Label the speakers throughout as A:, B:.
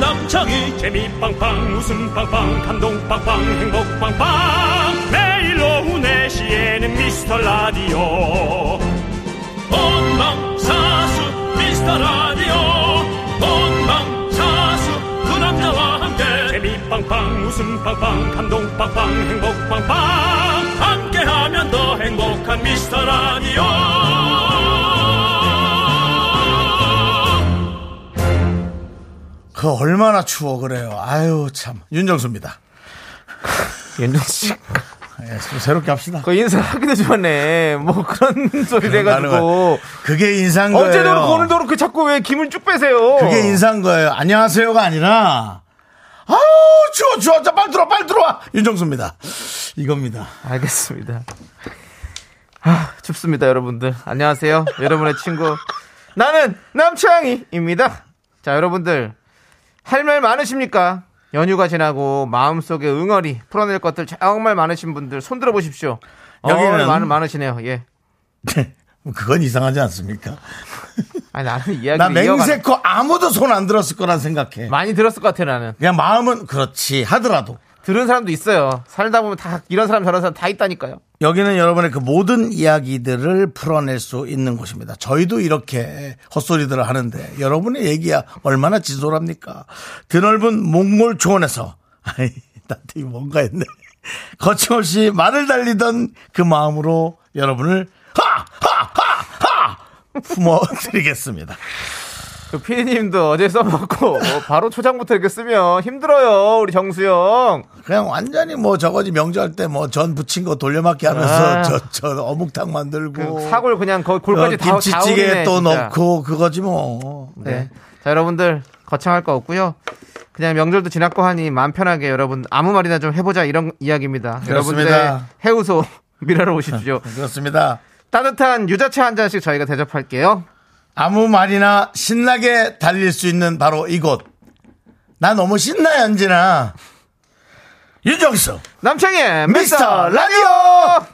A: 반짝
B: 재미 빵빵 웃음 빵빵 감동 빵빵 행복 빵빵 매일 오후 4시에는 미스터 라디오
A: 본방사수 미스터 라디오 본방사수 그 남자와 함께
B: 재미 빵빵 웃음 빵빵 감동 빵빵 행복 빵빵
A: 함께하면 더 행복한 미스터 라디오
C: 그 얼마나 추워 그래요. 아유 참 윤정수입니다.
D: 윤정씨
C: 예, 좀 새롭게 합시다.
D: 그 인사하기도 전에 뭐 그런 소리를 해가지고
C: 그게 인상 거예요.
D: 어제도 그렇고 오늘도 그렇게 자꾸 왜 김을 쭉 빼세요
C: 그게 인상 거예요. 안녕하세요가 아니라 아우 추워 추워 자 빨리 들어와 빨리 들어와 윤정수입니다. 이겁니다.
D: 알겠습니다 아 춥습니다 여러분들 안녕하세요 여러분의 친구 나는 남창희입니다 자 여러분들 할 말 많으십니까 연휴가 지나고 마음속에 응어리 풀어낼 것들 정말 많으신 분들 손 들어보십시오
C: 여기는-
D: 어, 많, 많으시네요 예
C: 네. 뭐 그건 이상하지 않습니까?
D: 아니 나는 아, 이야기
C: 나 맹세코 아무도 손 안 들었을 거란 생각해.
D: 많이 들었을 것 같아 나는
C: 그냥 마음은 그렇지 하더라도
D: 들은 사람도 있어요. 살다 보면 다 이런 사람 저런 사람 다 있다니까요.
C: 여기는 여러분의 그 모든 이야기들을 풀어낼 수 있는 곳입니다. 저희도 이렇게 헛소리들을 하는데 여러분의 얘기야 얼마나 진솔합니까? 드넓은 몽골 초원에서 아이 나한테 이거 뭔가 했네. 거침없이 말을 달리던 그 마음으로 여러분을 하하하하 품어드리겠습니다.
D: 그 피디님도 어제 써먹고 뭐 바로 초장부터 이렇게 쓰면 힘들어요. 우리 정수영.
C: 그냥 완전히 뭐 저거지 명절 때 뭐 전 부친 거 돌려막기 하면서
D: 아.
C: 저 저 어묵탕 만들고
D: 그 사골 그냥 거
C: 뭐
D: 골까지
C: 어,
D: 다
C: 김치찌개
D: 다오리네,
C: 또
D: 진짜.
C: 넣고 그거지 뭐.
D: 네. 자 여러분들 거창할 거 없고요. 그냥 명절도 지났고 하니 마음 편하게 여러분 아무 말이나 좀 해보자 이런 이야기입니다. 여러분들
C: 그렇습니다.
D: 해우소 미라로 오십시오.
C: 그렇습니다.
D: 따뜻한 유자차 한 잔씩 저희가 대접할게요.
C: 아무 말이나 신나게 달릴 수 있는 바로 이곳. 나 너무 신나 연진아. 윤정수
D: 남창의
C: 미스터
D: 미스터
C: 라디오.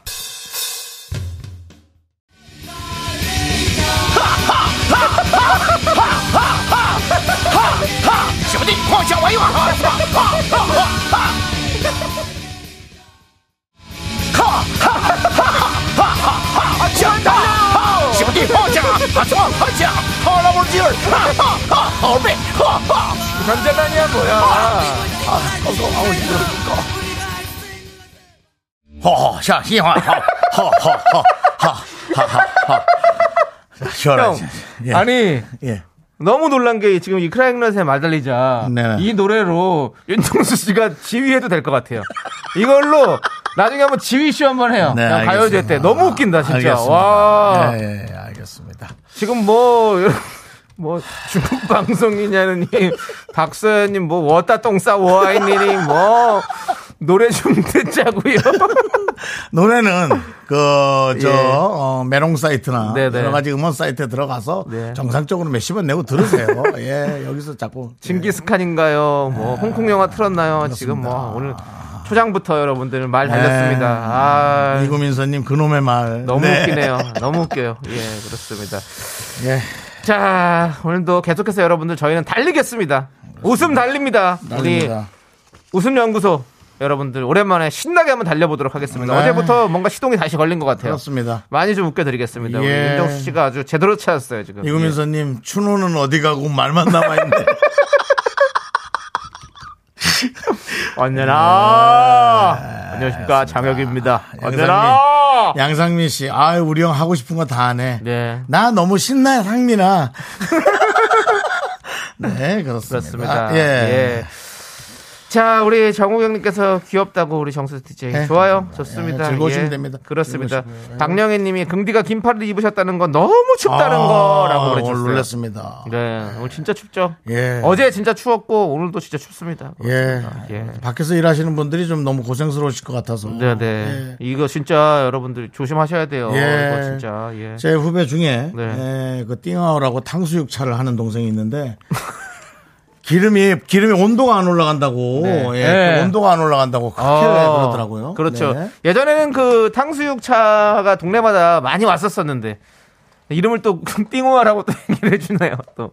C: 허허 샤 시화 허허허허허허허.
D: 형,
C: 시원하지. 예.
D: 아니
C: 예.
D: 너무 놀란 게 지금 이 크라잉넛의 말달리자
C: 네.
D: 이 노래로 윤정수 씨가 지휘해도 될 것 같아요. 이걸로 나중에 한번 지휘쇼 한번 해요.
C: 네,
D: 아, 그냥 가요제
C: 알겠습니다.
D: 때 너무 웃긴다 진짜.
C: 알겠습니다.
D: 와
C: 예, 예, 알겠습니다.
D: 지금 뭐. 여러분, 뭐 중국 방송이냐는 이 박서연님 뭐 워따 똥싸 워아이니니 뭐 노래 좀 듣자고요.
C: 노래는 그 저 어,
D: 예.
C: 메롱 사이트나
D: 네네.
C: 여러 가지 음원 사이트에 들어가서
D: 네.
C: 정상적으로 몇십원 내고 들으세요. 예, 여기서 자꾸
D: 징기스칸인가요? 뭐
C: 네.
D: 홍콩 영화 틀었나요? 지금 뭐 오늘 초장부터 여러분들 말 달렸습니다.
C: 네.
D: 아,
C: 이구민서님 그놈의 말
D: 너무
C: 네.
D: 웃기네요. 너무 웃겨요. 예, 그렇습니다.
C: 예,
D: 자, 오늘도 계속해서 여러분들 저희는 달리겠습니다. 웃음 달립니다.
C: 난립니다.
D: 우리 네. 웃음 연구소 여러분들 오랜만에 신나게 한번 달려보도록 하겠습니다.
C: 네.
D: 어제부터 뭔가 시동이 다시 걸린 것 같아요.
C: 그렇습니다.
D: 많이 좀 웃겨드리겠습니다.
C: 예.
D: 우리 윤정수 씨가 아주 제대로 찾았어요 지금.
C: 이구민서님 추노는 어디 가고 말만 남아 있네.
D: 예. 언제나
C: 네.
D: 안녕하십니까 장혁입니다. 언제나
C: 양상민 씨, 아 우리 형 하고 싶은 거 다 하네.
D: 네.
C: 나 너무 신나 상민아. 네, 그렇습니다.
D: 그렇습니다. 예. 자, 우리 정우경님께서 귀엽다고 우리 정수 DJ.
C: 네,
D: 좋아요.
C: 감사합니다.
D: 좋습니다.
C: 예, 즐거우시면 됩니다.
D: 그렇습니다.
C: 즐거우시고요.
D: 박령혜 님이 금디가 긴팔을 입으셨다는 건 너무 춥다는
C: 아,
D: 거라고
C: 오늘
D: 그러셨어요.
C: 놀랐습니다.
D: 네, 오늘 진짜 춥죠?
C: 예.
D: 어제 진짜 추웠고, 오늘도 진짜 춥습니다.
C: 예.
D: 그렇습니다. 예.
C: 밖에서 일하시는 분들이 좀 너무 고생스러우실 것 같아서.
D: 네, 네. 이거 진짜 여러분들 조심하셔야 돼요.
C: 예.
D: 이거 진짜. 예.
C: 제 후배 중에
D: 네.
C: 예, 그 띵하오라고 탕수육 차를 하는 동생이 있는데 기름이 기름이 온도가 안 올라간다고 예,
D: 네.
C: 그 온도가 안 올라간다고 아, 그렇게
D: 어,
C: 그러더라고요.
D: 그렇죠.
C: 네.
D: 예전에는 그 탕수육 차가 동네마다 많이 왔었었는데 이름을 또 띵호아라고 또 얘기를 해주네요. 또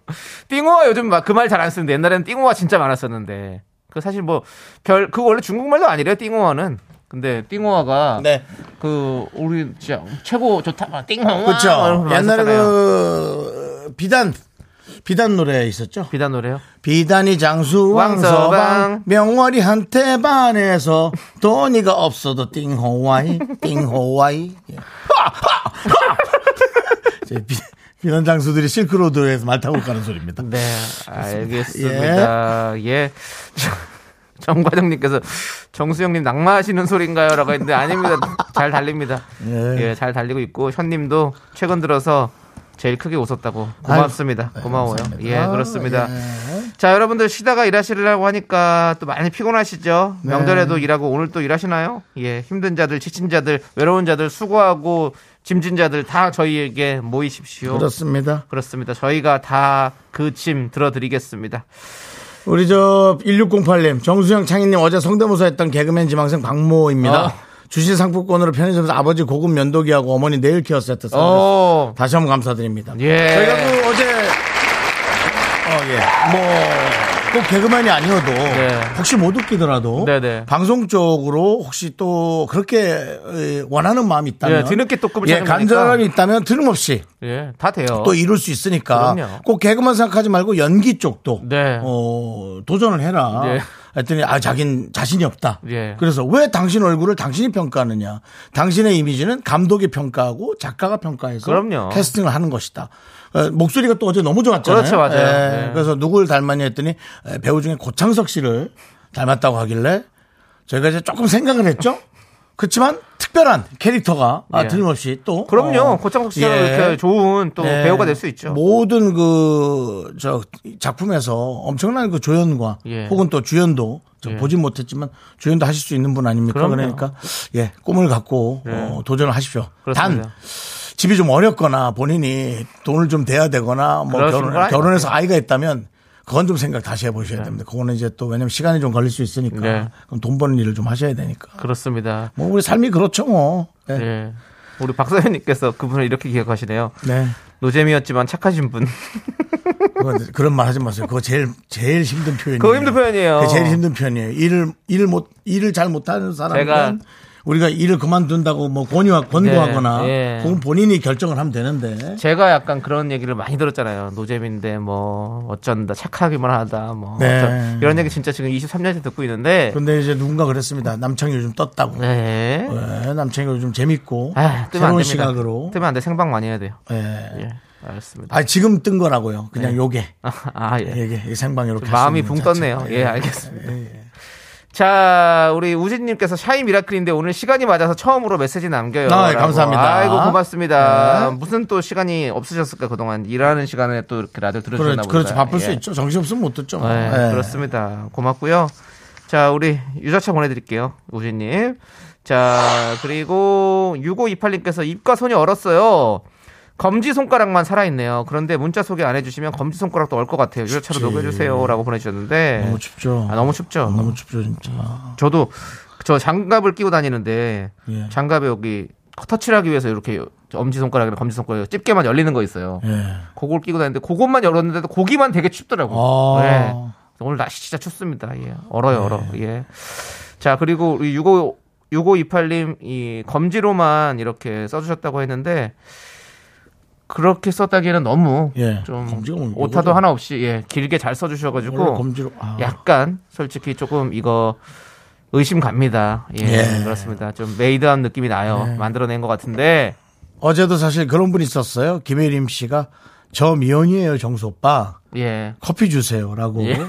D: 띵호아 요즘 막 그 말 잘 안 쓰는데 옛날에는 띵호아 진짜 많았었는데 그 사실 뭐 별 그거 원래 중국말도 아니래요. 띵호아는 근데 띵호아가
C: 네.
D: 그 우리 진짜 최고 좋다 띵호아
C: 그렇죠.
D: 이러면서
C: 옛날에
D: 많았었잖아요.
C: 그 비단 비단 노래 있었죠.
D: 비단 노래요.
C: 비단이 장수
D: 왕서방.
C: 왕서방 명월이한테 반해서 돈이가 없어도 띵호와이 띵호와이 예. 이제 비- 비단 장수들이 실크로드에서 말 타고 가는 소리입니다.
D: 네, 알겠습니다. 예. 정과장님께서 정수영님 낙마하시는 소린가요? 라고 했는데 아닙니다. 잘 달립니다.
C: 예.
D: 예, 잘 달리고 있고 현님도 최근 들어서 제일 크게 웃었다고 고맙습니다.
C: 아유,
D: 고마워요.
C: 네, 감사합니다.
D: 예, 그렇습니다.
C: 예.
D: 자, 여러분들 쉬다가 일하시려고 하니까 또 많이 피곤하시죠?
C: 네.
D: 명절에도 일하고 오늘 또 일하시나요? 예, 힘든 자들, 지친 자들, 외로운 자들, 수고하고 짐진 자들 다 저희에게 모이십시오.
C: 그렇습니다.
D: 그렇습니다. 저희가 다 그 짐 들어드리겠습니다.
C: 우리 저 1608님 정수영 창희님 어제 성대모사 했던 개그맨 지망생 박모입니다.
D: 어.
C: 주식 상품권으로 편의점에서 아버지 고급 면도기하고 어머니 네일 케어 세트 어.
D: 오,
C: 다시 한번 감사드립니다.
D: 예.
C: 저희가 그 어제 어예뭐 꼭 개그맨이 아니어도 혹시 못 웃기더라도
D: 네. 네네.
C: 방송 쪽으로 혹시 또 그렇게 에, 원하는 마음이 있다면
D: 예, 뒤늦게 또 꿈을
C: 예,
D: 찾는 거니까.
C: 간절함이 있다면 틀림없이
D: 예, 다 돼요.
C: 또 이룰 수 있으니까
D: 그럼요.
C: 꼭 개그만 생각하지 말고 연기 쪽도
D: 네.
C: 어, 도전을 해라.
D: 네.
C: 했더니 아 자긴 자신이 없다.
D: 예.
C: 그래서 왜 당신 얼굴을 당신이 평가하느냐? 당신의 이미지는 감독이 평가하고 작가가 평가해서
D: 그럼요.
C: 캐스팅을 하는 것이다. 어, 목소리가 또 어제 너무 좋았잖아요.
D: 그렇죠, 맞아요.
C: 예,
D: 네.
C: 그래서 누굴 닮았냐 했더니 에, 배우 중에 고창석 씨를 닮았다고 하길래 저희가 이제 조금 생각을 했죠. 그렇지만 특별한 캐릭터가 아,
D: 예.
C: 틀림없이 또
D: 그럼요.
C: 어,
D: 고창석 씨가
C: 예.
D: 이렇게 좋은 또
C: 네.
D: 배우가 될 수 있죠.
C: 모든 그, 저, 작품에서 엄청난 그 조연과
D: 예.
C: 혹은 또 주연도 저
D: 예.
C: 보진 못했지만 주연도 하실 수 있는 분 아닙니까?
D: 그럼요.
C: 그러니까 예, 꿈을 갖고 어, 도전을 하십시오.
D: 그렇습니다.
C: 단, 집이 좀 어렵거나 본인이 돈을 좀 대야 되거나 뭐
D: 그러신 건
C: 결혼,
D: 아니에요.
C: 결혼해서 아이가 있다면 그건 좀 생각 다시 해보셔야 됩니다. 그거는 이제 또 왜냐면 시간이 좀 걸릴 수 있으니까
D: 네.
C: 그럼 돈 버는 일을 좀 하셔야 되니까.
D: 그렇습니다.
C: 뭐 우리 삶이 그렇죠 뭐. 네.
D: 예. 우리 박사연님께서 그분을 이렇게 기억하시네요.
C: 네.
D: 노잼이었지만 착하신 분.
C: 그거- 그런 말 하지 마세요. 그거 제일 제일 힘든 표현이에요.
D: 그거 힘든 표현이에요.
C: 그게 제일 힘든 편이에요. 일을 일을 못 일을 잘 못하는 사람은
D: 제가-
C: 우리가 일을 그만둔다고 뭐 권유하 권고하거나
D: 네, 예.
C: 그건 본인이 결정을 하면 되는데
D: 제가 약간 그런 얘기를 많이 들었잖아요. 노잼인데 뭐 어쩐다 착하기만 하다 뭐
C: 네.
D: 어쩐- 이런 얘기 진짜 지금 23년째 듣고 있는데
C: 근데 이제 누군가 그랬습니다. 남창이 요즘 떴다고.
D: 네.
C: 네, 남창이 요즘 재밌고
D: 아, 뜨면 안
C: 새로운
D: 됩니다.
C: 시각으로.
D: 뜨면 안 돼. 생방 많이 해야 돼요.
C: 예.
D: 예. 알겠습니다.
C: 아 지금 뜬 거라고요. 그냥 요게
D: 아, 예.
C: 이게 이 생방 이렇게 할수
D: 마음이
C: 있는
D: 붕
C: 자체가.
D: 떴네요. 예, 알겠습니다. 자, 우리 우진님께서 샤이 미라클인데 오늘 시간이 맞아서 처음으로 메시지 남겨요.
C: 아, 예,
D: 라고.
C: 감사합니다.
D: 아이고, 고맙습니다.
C: 네.
D: 무슨 또 시간이 없으셨을까, 그동안 일하는 시간에 또 이렇게 라디오 들으셨나
C: 그렇죠,
D: 보다.
C: 그렇죠. 바쁠 수
D: 예.
C: 있죠. 정신 없으면 못 듣죠.
D: 네,
C: 예.
D: 그렇습니다. 고맙고요. 자, 우리 유자차 보내드릴게요. 우진님. 자, 그리고 6528님께서 입과 손이 얼었어요. 검지 손가락만 살아있네요. 그런데 문자 소개 안 해주시면 검지 손가락도 얼 것 같아요. 유자차로 녹여주세요라고 보내주셨는데
C: 너무 춥죠.
D: 아, 너무 춥죠.
C: 너무 춥죠 진짜.
D: 저도 저 장갑을 끼고 다니는데
C: 예.
D: 장갑에 여기 터치를 하기 위해서 이렇게 엄지 손가락이나 검지 손가락 집게만 열리는 거 있어요.
C: 예.
D: 그걸 끼고 다니는데 그것만 열었는데도 고기만 되게 춥더라고요.
C: 아. 네.
D: 예. 오늘 날씨 진짜 춥습니다. 예. 얼어요, 얼어. 예. 자, 그리고 우리 65, 6528님 이 검지로만 이렇게 써 주셨다고 했는데 그렇게 썼다기에는 너무
C: 예.
D: 좀
C: 검지가 뭐
D: 오타도
C: 이거죠.
D: 하나 없이 예, 길게 잘 써 주셔
C: 원래
D: 가지고
C: 검지로 아.
D: 약간 솔직히 조금 이거 의심 갑니다. 예,
C: 예. 네.
D: 그렇습니다. 좀 메이드한 느낌이 나요. 만들어낸 것 같은데
C: 어제도 사실 그런 분이 있었어요. 김혜림 씨가 저 미연이에요, 정수 오빠.
D: 예.
C: 커피 주세요라고.
D: 예.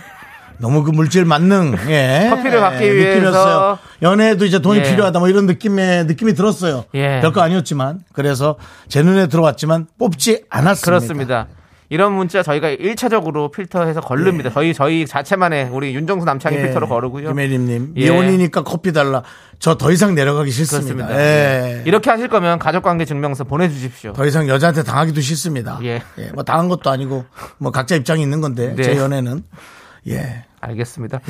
C: 너무 그 물질 만능, 예.
D: 커피를 받기
C: 예,
D: 위해서.
C: 연애에도 이제 돈이
D: 예.
C: 필요하다, 뭐 이런 느낌의, 느낌이 들었어요.
D: 예.
C: 별거 아니었지만. 그래서 제 눈에 들어왔지만 뽑지 않았습니다.
D: 그렇습니다. 이런 문자 저희가 1차적으로 필터해서 걸릅니다. 저희 저희 자체만의 우리 윤정수 남창희
C: 예.
D: 필터로 거르고요.
C: 김혜림님.
D: 예.
C: 미혼이니까 커피 달라. 저 더 이상 내려가기 싫습니다.
D: 그렇습니다.
C: 예.
D: 예. 이렇게 하실 거면 가족관계 증명서 보내주십시오.
C: 더 이상 여자한테 당하기도 싫습니다.
D: 예.
C: 뭐 당한 것도 아니고 뭐 각자 입장이 있는 건데
D: 네.
C: 제 연애는 예.
D: 알겠습니다.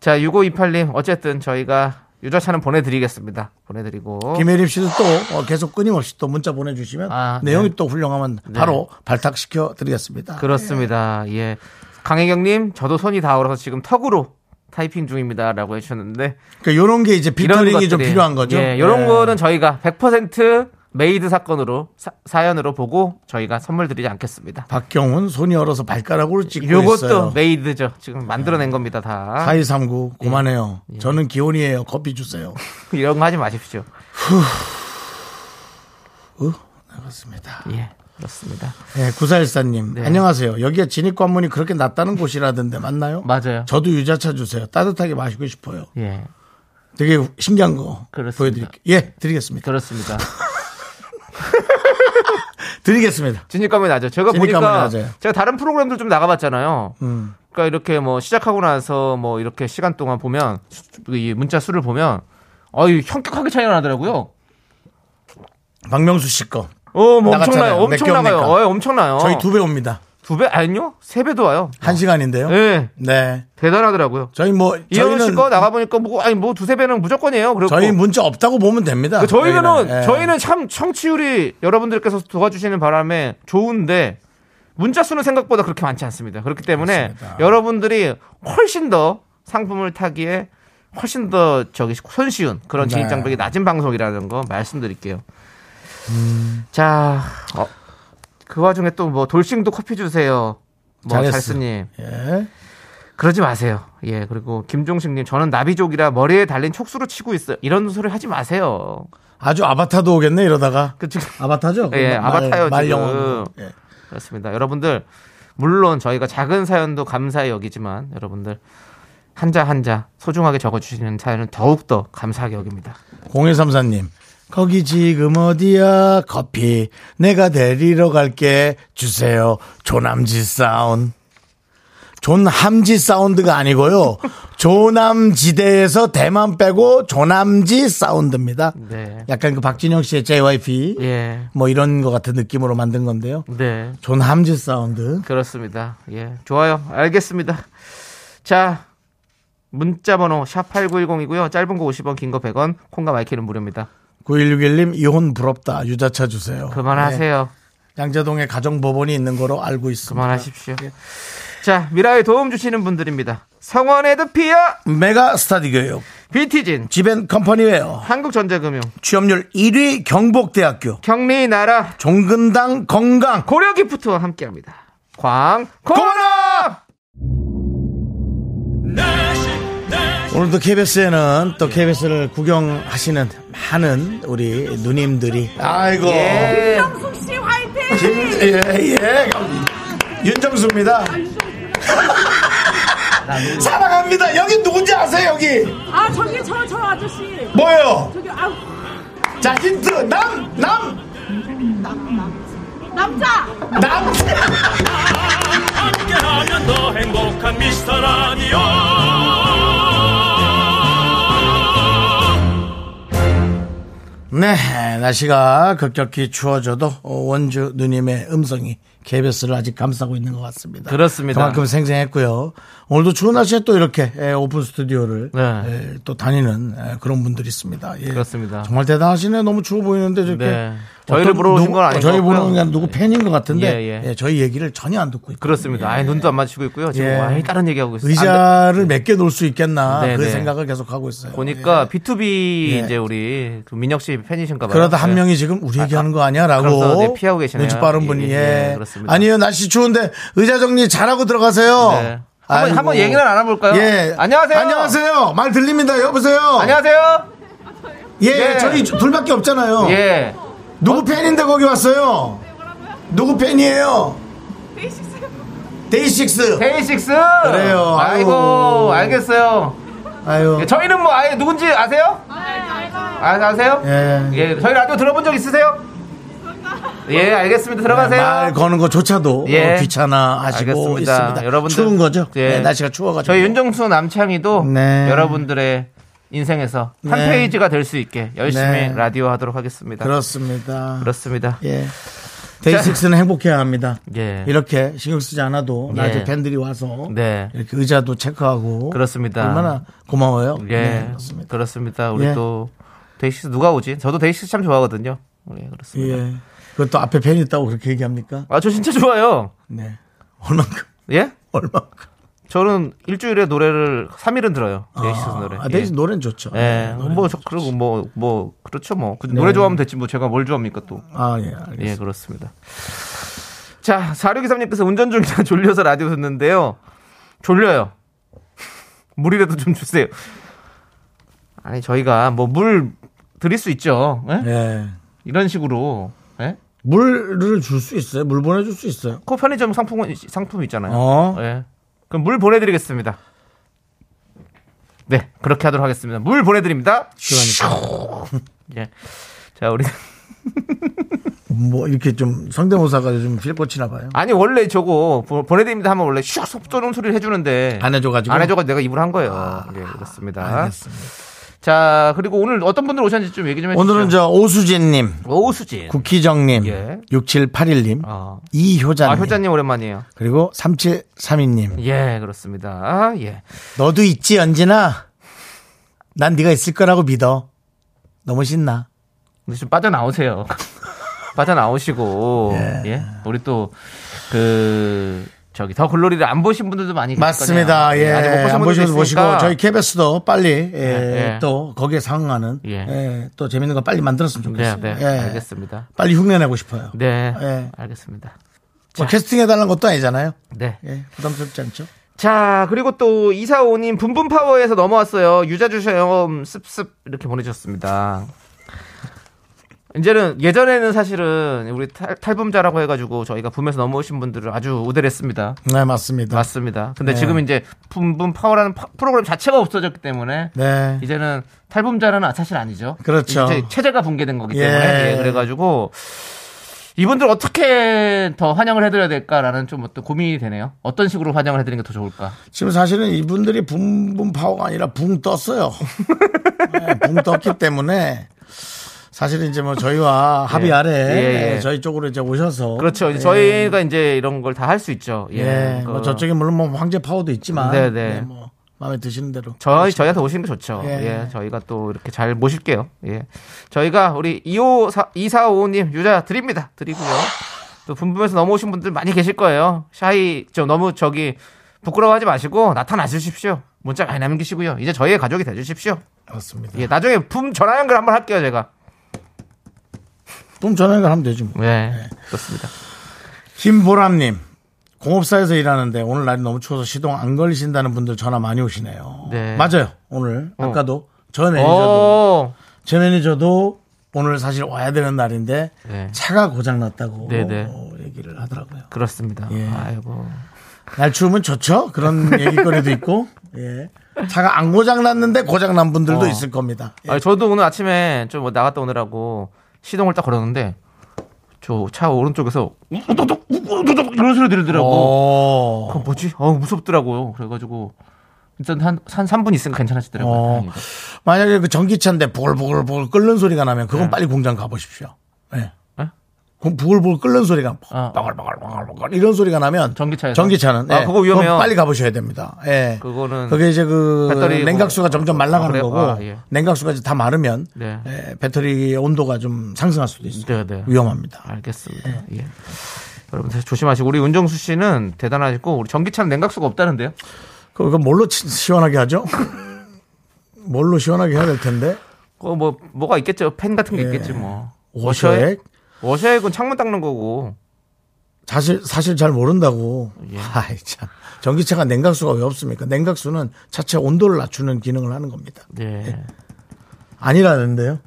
D: 자, 6528님 어쨌든 저희가 유자차는 보내드리겠습니다. 보내드리고.
C: 김혜림 씨도 또 어, 계속 끊임없이 또 문자 보내주시면
D: 아,
C: 내용이
D: 네.
C: 또 훌륭하면 바로 발탁시켜 드리겠습니다.
D: 그렇습니다. 예. 강혜경님, 저도 손이 다 얼어서 지금 턱으로 타이핑 중입니다. 라고 해주셨는데.
C: 그러니까 요런 게 이제 피터링이 좀
D: 것들이,
C: 필요한 거죠.
D: 예, 이런
C: 네.
D: 거는 저희가 100% 메이드 사건으로 사, 연으로 보고 저희가 선물 드리지 않겠습니다.
C: 박경훈 손이 얼어서 발가락으로 찍고
D: 요것도
C: 있어요. 예.
D: 메이드죠. 지금 만들어낸 겁니다. 다
C: 4239 고만해요.
D: 예.
C: 저는 기혼이에요. 커피 주세요.
D: 이런 거 하지 마십시오.
C: 그렇습니다.
D: 예, 그렇습니다.
C: 네, 9414님
D: 네.
C: 안녕하세요. 여기가 진입 관문이 그렇게 낮다는 곳이라던데 맞나요?
D: 맞아요.
C: 저도 유자차 주세요. 따뜻하게 마시고 싶어요.
D: 예,
C: 되게 신기한 거
D: 그렇습니다.
C: 보여드릴게요. 예, 드리겠습니다.
D: 그렇습니다.
C: 드리겠습니다.
D: 진입감이 나죠. 제가
C: 진입감이
D: 보니까
C: 낮아요.
D: 제가 다른 프로그램들 좀 나가봤잖아요.
C: 음.
D: 그러니까 이렇게 뭐 시작하고 나서 뭐 이렇게 시간 동안 보면 수- 이 문자 수를 보면 아유 현격하게 차이가 나더라고요.
C: 박명수 씨 거.
D: 어, 뭐
C: 나갔잖아요.
D: 엄청나요.
C: 몇개
D: 엄청나요.
C: 옵니까?
D: 어, 엄청나요.
C: 저희 두 배 옵니다.
D: 두 배? 아니요? 세 배도 와요.
C: 한 시간인데요.
D: 예.
C: 네.
D: 대단하더라고요.
C: 저희 뭐
D: 이현우
C: 아. 저희는
D: 씨거 나가보니까 뭐, 아니, 뭐 두세 배는 무조건이에요. 그리고
C: 저희 문자 없다고 보면 됩니다.
D: 그 저희는
C: 예.
D: 저희는 참 청취율이 여러분들께서 도와주시는 바람에 좋은데 문자 수는 생각보다 그렇게 많지 않습니다. 그렇기 때문에
C: 그렇습니다.
D: 여러분들이 훨씬 더 상품을 타기에 훨씬 더 저기 손쉬운 그런
C: 네.
D: 진입 장벽이 낮은 방송이라는 거 말씀드릴게요.
C: 음.
D: 자, 어, 그 와중에 또 뭐 돌싱도 커피 주세요. 뭐
C: 잘했어.
D: 잘스님
C: 예.
D: 그러지 마세요. 예 그리고 김종식님 저는 나비족이라 머리에 달린 촉수로 치고 있어요. 이런 소리 하지 마세요.
C: 아주 아바타도 오겠네 이러다가.
D: 그 지금
C: 아바타죠?
D: 예, 아바타요,
C: 말
D: 지금.
C: 영어. 예.
D: 그렇습니다. 여러분들 물론 저희가 작은 사연도 감사히 여기지만 여러분들 한자 한자 소중하게 적어주시는 사연은 더욱더 감사하게 여깁니다.
C: 0134님. 거기 지금 어디야? 커피. 내가 데리러 갈게. 주세요. 조남지 사운. 존함지 사운드가 아니고요. 조남지대에서 대만 빼고 조남지 사운드입니다.
D: 네.
C: 약간 그 박진영 씨의 JYP
D: 예.
C: 뭐 이런 것 같은 느낌으로 만든 건데요.
D: 네.
C: 존함지 사운드.
D: 그렇습니다. 예. 좋아요. 알겠습니다. 자, 문자 번호 샵 8910이고요. 짧은 거 50원, 긴 거 100원, 콩과 마이키는 무료입니다.
C: 9161님 이혼 부럽다. 유자차 주세요.
D: 그만하세요.
C: 네, 양재동에 가정법원이 있는 거로 알고 있습니다.
D: 그만하십시오. 자, 미라에 도움 주시는 분들입니다. 성원의 드피아,
C: 메가 스타디 교육.
D: 비티진,
C: 지벤 컴퍼니웨어.
D: 한국전자금융,
C: 취업률 1위 경복대학교
D: 경리 나라,
C: 종근당 건강
D: 고려기프트와 함께합니다. 광고라
C: 오늘도 KBS에는 또 KBS를 구경하시는 많은 우리 누님들이 아이고
D: 예.
C: 예예 윤정수입니다 사랑합니다 여기 누군지 아세요 여기
E: 아 저기 저 저 아저씨
C: 뭐예요
E: 저기 아
C: 자 힌트 남남
E: 남자
C: 남.
A: 함께하면 더 행복한 미스터 라디오
C: 네, 날씨가 급격히 추워져도 원주 누님의 음성이 KBS를 아직 감싸고 있는 것 같습니다.
D: 그렇습니다.
C: 그만큼 생생했고요. 오늘도 추운 날씨에 또 이렇게 예, 오픈 스튜디오를
D: 네.
C: 예, 또 다니는 예, 그런 분들이 있습니다. 예.
D: 그렇습니다.
C: 정말 대단하시네. 너무 추워 보이는데 저렇게
D: 네.
C: 어떤
D: 저희를 물어보신
C: 누구-
D: 건 아닌
C: 저희
D: 것 같고요.
C: 보는 건 누구 팬인 것 같은데
D: 예, 예.
C: 예, 저희 얘기를 전혀 안 듣고 있고
D: 그렇습니다. 아예 눈도 안 마주치고 있고요. 지금
C: 예.
D: 아예 다른 얘기하고 있어요. 안
C: 의자를 몇 개 놓을 수 있겠나
D: 네,
C: 그
D: 네.
C: 생각을 계속 하고 있어요.
D: 돼. 보니까
C: 예.
D: B2B
C: 예.
D: 이제 우리 그 민혁 씨 팬이신가 봐요.
C: 그러다 한
D: 네.
C: 명이 지금 우리 얘기하는 거
D: 그래서,
C: 아니야라고
D: 네, 피하고 계시네요.
C: 눈치 빠른
D: 예,
C: 분이
D: 예,
C: 예.
D: 예, 그렇습니다.
C: 아니요 날씨 추운데 의자 정리 잘하고 들어가세요.
D: 네. 한번-
C: 아이고.
D: 한번 얘기를 알아볼까요?
C: 예.
D: 안녕하세요.
C: 안녕하세요. 말 들립니다. 여보세요.
D: 안녕하세요.
C: 예,
D: 예.
C: 저희 둘밖에 없잖아요.
D: 예.
C: 누구 팬인데 거기 왔어요? 누구 팬이에요?
E: 베이식스
C: 데이식스.
D: 데이식스.
C: 그래요.
D: 아이고,
C: 아이고.
D: 알겠어요.
C: 아유.
D: 예, 저희는 뭐 아예 누군지 아세요? 아, 아세요?
C: 예.
D: 예, 저희 라디오 들어본 적 있으세요? 예, 알겠습니다. 들어가세요.
C: 네, 말 거는 것조차도
D: 예.
C: 어, 귀찮아 하시고
D: 알겠습니다.
C: 있습니다.
D: 여러분들
C: 추운 거죠?
D: 예.
C: 네, 날씨가 추워가지고.
D: 저희 윤정수 남창희도
C: 네.
D: 여러분들의 인생에서 한
C: 네.
D: 페이지가 될 수 있게 열심히
C: 네.
D: 라디오 하도록 하겠습니다.
C: 그렇습니다.
D: 그렇습니다.
C: 예. 데이식스는 행복해야 합니다.
D: 예.
C: 이렇게 신경 쓰지 않아도 낮에
D: 예.
C: 팬들이 와서
D: 네.
C: 이렇게 의자도 체크하고
D: 그렇습니다.
C: 얼마나 고마워요.
D: 예,
C: 네,
D: 그렇습니다.
C: 그렇습니다.
D: 우리
C: 예.
D: 또 데이식스 누가 오지? 저도 데이식스 참 좋아하거든요. 예, 그렇습니다.
C: 예. 그것도 앞에 팬이 있다고 그렇게 얘기합니까?
D: 아, 저 진짜 좋아요.
C: 네. 얼만큼
D: 예?
C: 얼만큼.
D: 저는 일주일에 노래를 3일은 들어요. 데이식스 노래.
C: 아, 데이식스
D: 예.
C: 노래는 좋죠.
D: 예,
C: 아, 노래는
D: 뭐,
C: 좋죠.
D: 저, 그리고 뭐, 뭐, 그렇죠, 뭐. 그 노래 좋아하면 됐지, 뭐, 제가 뭘 좋아합니까, 또.
C: 아, 예. 네. 알겠습니다.
D: 예, 그렇습니다. 자, 4623님께서 운전 중이라 졸려서 라디오 듣는데요. 졸려요. 물이라도 좀 주세요. 아니, 저희가 뭐 물 드릴 수 있죠. 예?
C: 예.
D: 이런 식으로. 예?
C: 물을 줄 수 있어요? 물 보내줄 수 있어요?
D: 그 편의점 상품, 상품 있잖아요.
C: 어.
D: 예. 그럼 물 보내드리겠습니다. 네, 그렇게 하도록 하겠습니다. 물 보내드립니다.
C: 그러니까.
D: 예. 자, 우리.
C: 뭐, 이렇게 좀 성대모사가 요즘 필꽃이나 봐요.
D: 아니, 원래 저거 보- 보내드립니다 하면 원래 슉 속도는 소리를 해주는데.
C: 안 해줘가지고. 아,
D: 안 해줘가지고 내가 입을 한 거예요. 예, 그렇습니다.
C: 알겠습니다.
D: 자, 그리고 오늘 어떤 분들 오셨는지 좀 얘기 좀 해주세요.
C: 오늘은 저 오수진님,
D: 오수진.
C: 국희정님,
D: 예.
C: 6781님,
D: 어. 아,
C: 이효자님,
D: 효자님 오랜만이에요.
C: 그리고 3732님.
D: 예, 그렇습니다. 아, 예.
C: 너도 있지, 연진아? 난 네가 있을 거라고 믿어. 너무 신나.
D: 근데 좀 빠져나오세요. 빠져나오시고. 예. 우리 또, 그, 저기, 더 글로리를 안 보신 분들도 많이 계실
C: 맞습니다.
D: 거네요.
C: 예.
D: 아직
C: 안 보셔도
D: 분들도 있으니까.
C: 보시고 저희 KBS도 빨리 예,
D: 예.
C: 또 거기에 상응하는
D: 예.
C: 예, 또 재밌는 거 빨리 만들었으면
D: 네,
C: 좋겠어요.
D: 네.
C: 예.
D: 알겠습니다.
C: 빨리 흉내내고 싶어요.
D: 네.
C: 예.
D: 알겠습니다.
C: 뭐 캐스팅해달라는 것도 아니잖아요.
D: 네.
C: 예, 부담스럽지 않죠?
D: 자, 그리고 또 이사오님 붐붐 파워에서 넘어왔어요. 유자 주셔요. 음, 습습 이렇게 보내주셨습니다. 이제는 예전에는 사실은 우리 탈, 탈붐자라고 해가지고 저희가 붐에서 넘어오신 분들을 아주 우대했습니다.
C: 네, 맞습니다.
D: 맞습니다. 근데
C: 네.
D: 지금 이제 붐붐 파워라는 파- 프로그램 자체가 없어졌기 때문에
C: 네.
D: 이제는 탈붐자라는 사실 아니죠.
C: 그렇죠.
D: 이제 체제가 붕괴된 거기
C: 예.
D: 때문에 예, 그래가지고 이분들 어떻게 더 환영을 해드려야 될까라는 좀 어떤 고민이 되네요. 어떤 식으로 환영을 해드리는 게 더 좋을까?
C: 지금 사실은 이분들이 붐붐 파워가 아니라 붕 떴어요. 네, 붕 떴기 때문에 사실은 이제 뭐 저희와 합의 아래 네,
D: 예, 예.
C: 저희 쪽으로 이제 오셔서
D: 그렇죠. 이제
C: 예.
D: 저희가 이제 이런 걸 다 할 수 있죠.
C: 예,
D: 예. 그
C: 뭐 저쪽에 물론 뭐 황제 파워도 있지만
D: 네, 네.
C: 네, 뭐 마음에 드시는 대로
D: 저희 저희한테 오시는 게 좋죠. 예.
C: 예.
D: 저희가 또 이렇게 잘 모실게요. 예. 저희가 우리 2호 2455님 유자 드립니다. 드리고요. 또 분분해서 넘어오신 분들 많이 계실 거예요. 샤이 좀 너무 저기 부끄러워하지 마시고 나타나 주십시오. 문자 많이 남기시고요. 이제 저희의 가족이 돼 주십시오.
C: 그렇습니다.
D: 예. 나중에 품 전화 연결 한번 할게요, 제가.
C: 좀 전화를 하면 되지 뭐.
D: 예. 그렇습니다.
C: 김보람님 공업사에서 일하는데 오늘 날이 너무 추워서 시동 안 걸리신다는 분들 전화 많이 오시네요.
D: 네.
C: 맞아요. 오늘
D: 어.
C: 아까도 저 매니저도
D: 오.
C: 저 매니저도 오늘 사실 와야 되는 날인데
D: 네.
C: 차가 고장 났다고
D: 네, 네.
C: 어, 얘기를 하더라고요.
D: 그렇습니다.
C: 예.
D: 아이고.
C: 날 추우면 좋죠. 그런 얘기거리도 있고. 예. 차가 안 고장 났는데 고장 난 분들도
D: 어.
C: 있을 겁니다. 예.
D: 아니, 저도 오늘 아침에 좀뭐 나갔다 오느라고 시동을 딱 걸었는데 저 차 오른쪽에서 우도둑 우도둑 이런 소리
C: 어.
D: 들리더라고.
C: 오.
D: 그 뭐지? 어 무섭더라고요. 그래가지고 일단 한, 한 3분 있으니까 괜찮아지더라고요.
C: 어.
D: 다행히도.
C: 만약에 그 전기차인데 보글보글보글 끓는 소리가 나면 그건 빨리 공장 가보십시오. 예.
D: 네?
C: 그럼 보글보글 끓는 소리가
D: 어.
C: 바글바글바글바글 이런 소리가 나면
D: 전기차에서?
C: 전기차는 예.
D: 아, 그거 위험해요.
C: 그건 빨리 가보셔야 됩니다. 예.
D: 그거는
C: 그게 이제 그
D: 배터리
C: 냉각수가
D: 뭐-
C: 점점
D: 아,
C: 말라가는
D: 그래요?
C: 거고
D: 아, 예.
C: 냉각수가 이제 다 마르면
D: 네.
C: 예, 배터리 온도가 좀 상승할 수도 있어요.
D: 네, 네.
C: 위험합니다.
D: 알겠습니다. 예. 여러분들 조심하시고 우리 윤정수 씨는 대단하시고 우리 전기차는 냉각수가 없다는데요.
C: 그거 뭘로 치- 시원하게 하죠? 뭘로 시원하게 해야 될 텐데
D: 그거 뭐 뭐가 있겠죠. 팬 같은 게 있겠지 뭐.
C: 워셔액
D: 워셔액은 창문 닦는 거고.
C: 사실 사실 잘 모른다고.
D: 예.
C: 아이 참 전기차가 냉각수가 왜 없습니까? 냉각수는 차체 온도를 낮추는 기능을 하는 겁니다.
D: 예.
C: 아니라는데요.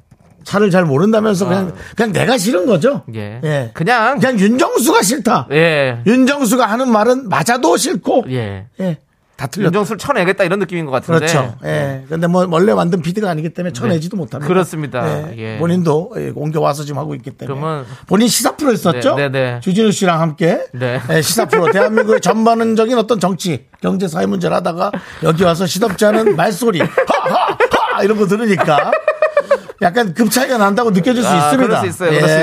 C: 차를 잘 모른다면서 그냥 그냥 내가 싫은 거죠.
D: 아. 예.
C: 예. 그냥,
D: 그냥
C: 윤정수가 싫다.
D: 예.
C: 윤정수가 하는 말은 맞아도 싫고
D: 예.
C: 예. 다 틀렸다.
D: 윤정수를 쳐내겠다 이런 느낌인 것 같은데. 네.
C: 그렇죠. 예. 근데 뭐 원래 만든 피드가 아니기 때문에 쳐내지도 못합니다. 네.
D: 그렇습니다. 예.
C: 본인도 옮겨 와서 지금 하고 있기 때문에.
D: 그러면-
C: 본인 시사 프로 했었죠.
D: 네, 네, 네.
C: 주진우 씨랑 함께
D: 네.
C: 예, 시사 프로 대한민국의 전반적인 어떤 정치, 경제, 사회 문제를 하다가 여기 와서 시덥지 않은 말소리 하하하 이런 거 들으니까 약간 급 차이가 난다고 느껴질 수
D: 아,
C: 있습니다. 예.
D: 그럴 수 있어요. 그럴 수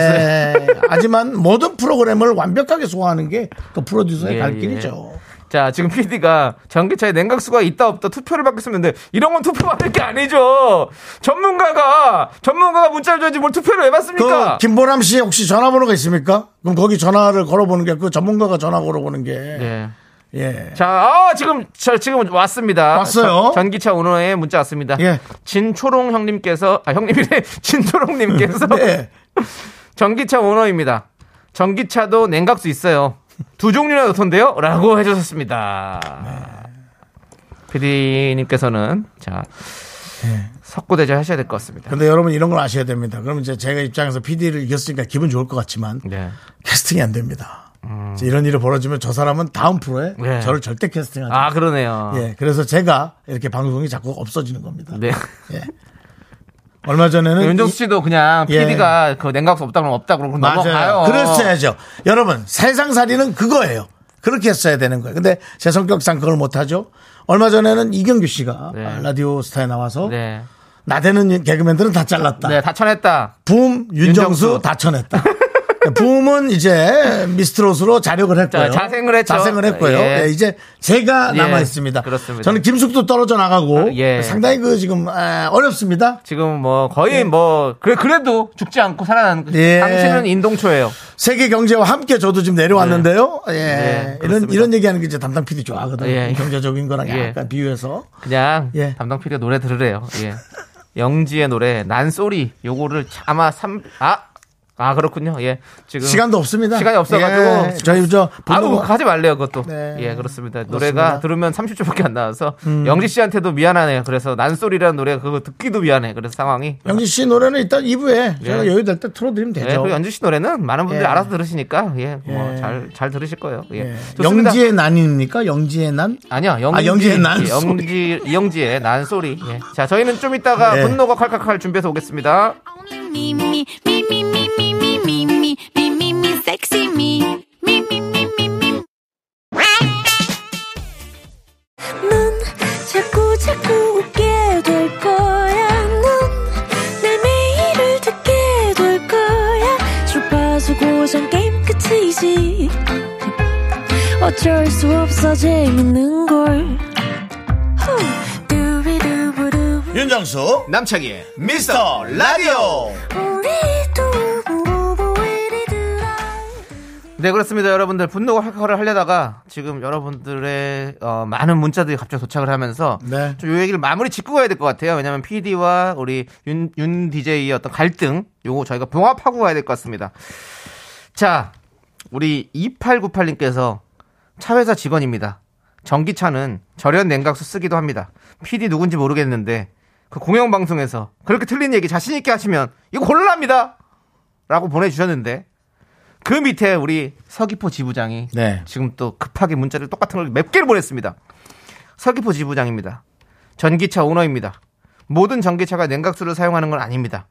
D: 있어요.
C: 하지만 모든 프로그램을 완벽하게 소화하는 게 그 프로듀서의
D: 예,
C: 갈
D: 예.
C: 길이죠.
D: 자, 지금 PD가 전기차에 냉각수가 있다 없다 투표를 받겠습니다. 이런 건 투표 받을 게 아니죠. 전문가가 전문가가 문자를 줘야지 뭘 투표를 왜 받습니까?
C: 그 김보람 씨 혹시 전화번호가 있습니까? 그럼 거기 전화를 걸어보는 게 그 전문가가 전화 걸어보는 게
D: 예.
C: 예.
D: 자, 아, 지금 저 지금 왔습니다.
C: 왔어요?
D: 전- 전기차 오너에 문자 왔습니다.
C: 예.
D: 진초롱 형님께서 아 형님이래 진초롱 님께서
C: 네.
D: 전기차 오너입니다. 전기차도 냉각수 있어요. 두 종류나 넣던데요? 라고 해주셨습니다.
C: 네.
D: 피디님께서는, 자,
C: 네.
D: 석고대절 하셔야 될 것 같습니다.
C: 근데 여러분 이런 걸 아셔야 됩니다. 그러면 이제 제가 입장에서 PD를 이겼으니까 기분 좋을 것 같지만
D: 네. 음.
C: 캐스팅이 안 됩니다. 이제 이런 일이 벌어지면 저 사람은 다음 프로에
D: 네.
C: 저를 절대 캐스팅하지
D: 아, 그러네요.
C: 예, 그래서 제가 이렇게 방송이 자꾸 없어지는 겁니다.
D: 네.
C: 예. 얼마 전에는
D: 윤정수
C: 이-
D: 씨도 그냥
C: 예.
D: 피디가 그 냉각수 없다 그러면 없다 그러고
C: 맞아요.
D: 넘어가요.
C: 그랬어야죠. 여러분 세상살이는 그거예요. 그렇게 했어야 되는 거예요. 근데 제 성격상 그걸 못하죠. 얼마 전에는 이경규 씨가
D: 네.
C: 아, 라디오 스타에 나와서
D: 네.
C: 나대는 개그맨들은 다 잘랐다.
D: 네, 다 쳐냈다.
C: 붐 윤정수
D: 윤정수.
C: 다 쳐냈다. 붐은 이제 미스트롯으로 자력을 했고요.
D: 자, 자생을 했죠.
C: 자생을 했고요.
D: 예.
C: 네, 이제 제가
D: 예,
C: 남아 있습니다.
D: 그렇습니다.
C: 저는 김숙도 떨어져 나가고
D: 아, 예.
C: 상당히 그 지금 아, 어렵습니다.
D: 지금 뭐 거의 뭐, 그래, 그래도 죽지 않고 살아나는.
C: 예.
D: 당신은 인동초예요.
C: 세계 경제와 함께 저도 지금 내려왔는데요. 예. 이런
D: 네. 그렇습니다.
C: 이런 얘기하는 게 이제 담당 PD 좋아하거든요.
D: 예.
C: 경제적인 거랑
D: 예.
C: 약간 비유해서
D: 그냥
C: 예.
D: 담당 PD가 노래 들으래요. 예. 영지의 노래 난소리 요거를 아마 삼 아 아, 그렇군요. 예. 지금
C: 시간도 없습니다.
D: 시간이 없어가지고
C: 예. 저희 저 분노
D: 아우 하지 말래요 그것도.
C: 네.
D: 예,
C: 그렇습니다.
D: 그렇습니다.
C: 음.
D: 노래가 들으면 30초밖에 안 나와서 영지 씨한테도 미안하네요. 그래서 난소리라는 노래가 그거 듣기도 미안해. 그래서 상황이
C: 영진 씨 노래는 일단 2부에 제가
D: 예.
C: 여유 될 때 틀어드리면
D: 예,
C: 되죠.
D: 그리고 영지 씨 노래는 많은 분들이
C: 예.
D: 알아서 들으시니까 예,
C: 예.
D: 뭐 잘 잘 들으실 거예요. 예.
C: 예.
D: 좋습니다.
C: 영지의 난입니까? 영지의 난?
D: 아니요, 영지.
C: 아, 영지의 난
D: 예,
C: 소리.
D: 영지, 이영지의 난 소리. 예. 자, 저희는 좀 이따가
C: 예.
D: 분노가 칼칼칼 준비해서 오겠습니다.
F: Only me, me, me, me, me, me, me, me, me, me, me, me, sexy me. Me, me, me, me, me. 넌 자꾸, 자꾸 웃게 될 거야. 넌내 매일을 듣게 될 거야. 주파수 고정 게임 끝이지. 어쩔 수 없어, 재밌는걸. 후. 두비두부두.
C: 윤정수
D: 남창희의
C: 미스터 라디오
F: 우리 두부부부 우리들아.
D: 네 그렇습니다 여러분들 분노가 활활을 하려다가 지금 여러분들의 어, 많은 문자들이 갑자기 도착을 하면서
C: 네.
D: 좀 요 얘기를 마무리 짓고 가야 될 것 같아요 왜냐하면 PD와 우리 윤, 윤 DJ의 어떤 갈등 요거 저희가 봉합하고 가야 될 것 같습니다 자 우리 2898님께서 차회사 직원입니다 전기차는 절연 냉각수 쓰기도 합니다 PD 누군지 모르겠는데 그 공영방송에서 그렇게 틀린 얘기 자신있게 하시면 이거 곤란합니다 라고 보내주셨는데 그 밑에 우리 서귀포 지부장이
C: 네.
D: 지금 또 급하게 문자를 똑같은 걸 몇 개를 보냈습니다. 서귀포 지부장입니다. 전기차 오너입니다. 모든 전기차가 냉각수를 사용하는 건 아닙니다.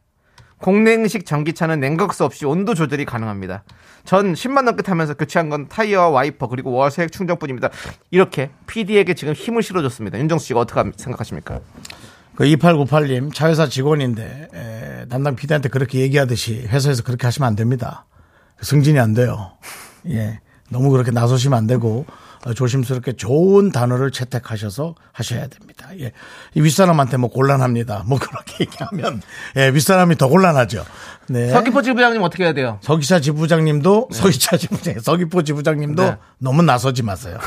D: 공냉식 전기차는 냉각수 없이 온도 조절이 가능합니다. 전 10만 넘게 타면서 교체한 건 타이어와 와이퍼 그리고 월세액 충전뿐입니다. 이렇게 PD에게 지금 힘을 실어줬습니다. 윤정수 씨가 어떻게 생각하십니까?
C: 그 2898님 차회사 직원인데 에, 담당 PD한테 그렇게 얘기하듯이 회사에서 그렇게 하시면 안 됩니다. 승진이 안 돼요. 예. 너무 그렇게 나서시면 안 되고 어, 조심스럽게 좋은 단어를 채택하셔서 하셔야 됩니다. 예. 이 윗사람한테 뭐 곤란합니다. 뭐 그렇게 얘기하면 예, 윗사람이 더 곤란하죠. 네.
D: 서귀포 지부장님 어떻게 해야 돼요?
C: 서기차 지부장님도 서기차 지부장, 서귀포 지부장님도
D: 네.
C: 너무 나서지 마세요.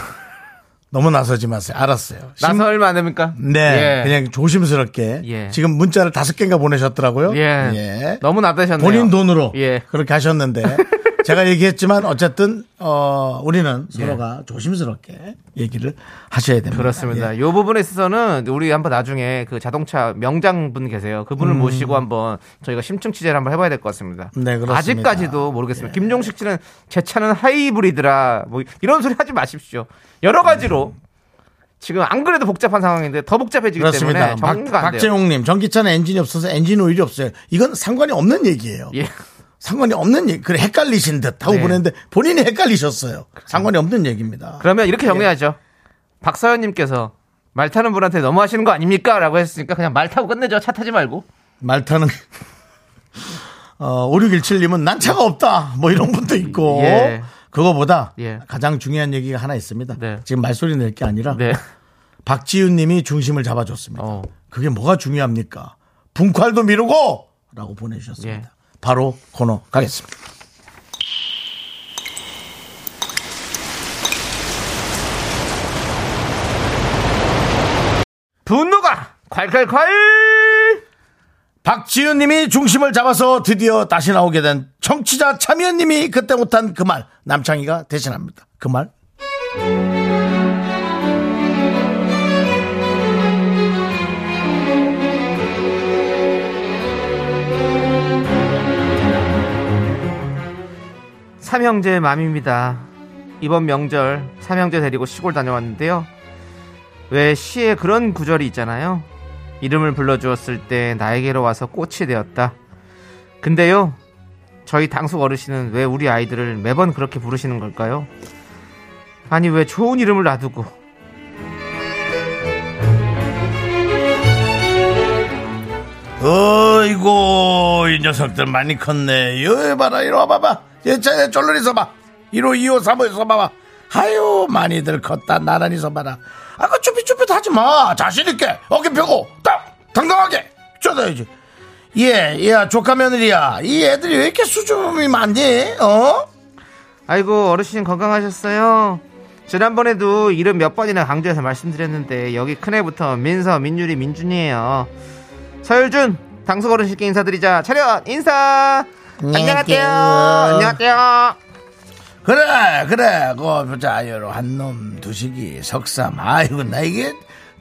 C: 너무 나서지 마세요. 알았어요. 심-
D: 나서 얼마 안 됩니까?
C: 네,
D: 예.
C: 그냥 조심스럽게
D: 예.
C: 지금 문자를 다섯 개인가 보내셨더라고요.
D: 예. 너무 나대셨네요.
C: 본인 돈으로
D: 예.
C: 그렇게 하셨는데 제가 얘기했지만 어쨌든 어, 우리는 서로가 조심스럽게 얘기를 하셔야 됩니다.
D: 예. 그렇습니다.
C: 예.
D: 이 부분에 있어서는 우리 한번 나중에 그 자동차 명장분 계세요. 그분을 모시고 한번 저희가 심층 취재를 한번 해봐야 될 것 같습니다.
C: 음. 네, 그렇습니다. 예.
D: 아직까지도 모르겠습니다. 김종식 씨는 제 차는 하이브리드라 뭐 이런 소리 하지 마십시오. 여러 가지로 지금 안 그래도 복잡한 상황인데 더 복잡해지기
C: 그렇습니다.
D: 때문에 정리가 안
C: 박,
D: 돼요.
C: 재홍님 전기차는 엔진이 없어서 엔진 오일이 없어요. 이건 상관이 없는 얘기예요.
D: 예.
C: 상관이 없는 얘기. 그래 헷갈리신 듯 하고
D: 네.
C: 보냈는데 본인이 헷갈리셨어요. 상관이 없는 얘기입니다.
D: 그러면 이렇게 정리하죠. 박서연님께서 말 타는 분한테 너무 하시는 거 아닙니까? 라고 했으니까 그냥 말 타고 끝내죠. 차 타지 말고.
C: 말타는 어, 5617님은 난 차가 없다. 뭐 이런 분도 있고.
D: 예.
C: 그거보다
D: 예.
C: 가장 중요한 얘기가 하나 있습니다.
D: 네.
C: 지금 말소리 낼 게 아니라
D: 네.
C: 박지윤 님이 중심을 잡아줬습니다.
D: 어.
C: 그게 뭐가 중요합니까? 분칼도 미루고! 라고 보내주셨습니다.
D: 예.
C: 바로 코너 가겠습니다.
D: 분노가 콸콸콸!
C: 박지윤 님이 중심을 잡아서 드디어 다시 나오게 된 청취자 참여 님이 그때 못한 그 말, 남창희가 대신합니다. 그 말.
D: 삼형제 맘입니다. 이번 명절 삼형제 데리고 시골 다녀왔는데요. 왜 시에 그런 구절이 있잖아요. 이름을 불러주었을 때 나에게로 와서 꽃이 되었다. 근데요, 저희 당숙 어르신은 왜 우리 아이들을 매번 그렇게 부르시는 걸까요? 아니, 왜 좋은 이름을 놔두고.
C: 어이고 이 녀석들 많이 컸네 여기 봐라 이리 와봐봐 예, 얘차에 쫄러리 서봐 1호 2호 3호 서봐봐 아유 많이들 컸다 나란히 서봐라 아까 그 쭈삣쭈삣 하지마 자신있게 어깨 펴고 딱 당당하게 쳐다야지 얘, 야, 조카 며느리야. 이 애들이 왜 이렇게 수줍음이 많니? 어?
D: 아이고, 어르신 건강하셨어요? 지난번에도 이름 몇 번이나 강조해서 말씀드렸는데, 여기 큰애부터 민서, 민유리, 민준이에요. 서율준, 당숙 어르신께 인사드리자. 차렷, 인사! 안녕하세요.
C: 안녕하세요.
D: 안녕하세요.
C: 그래, 그래. 그, 보자. 여러 한놈, 두식이, 석삼. 아이고, 나 이게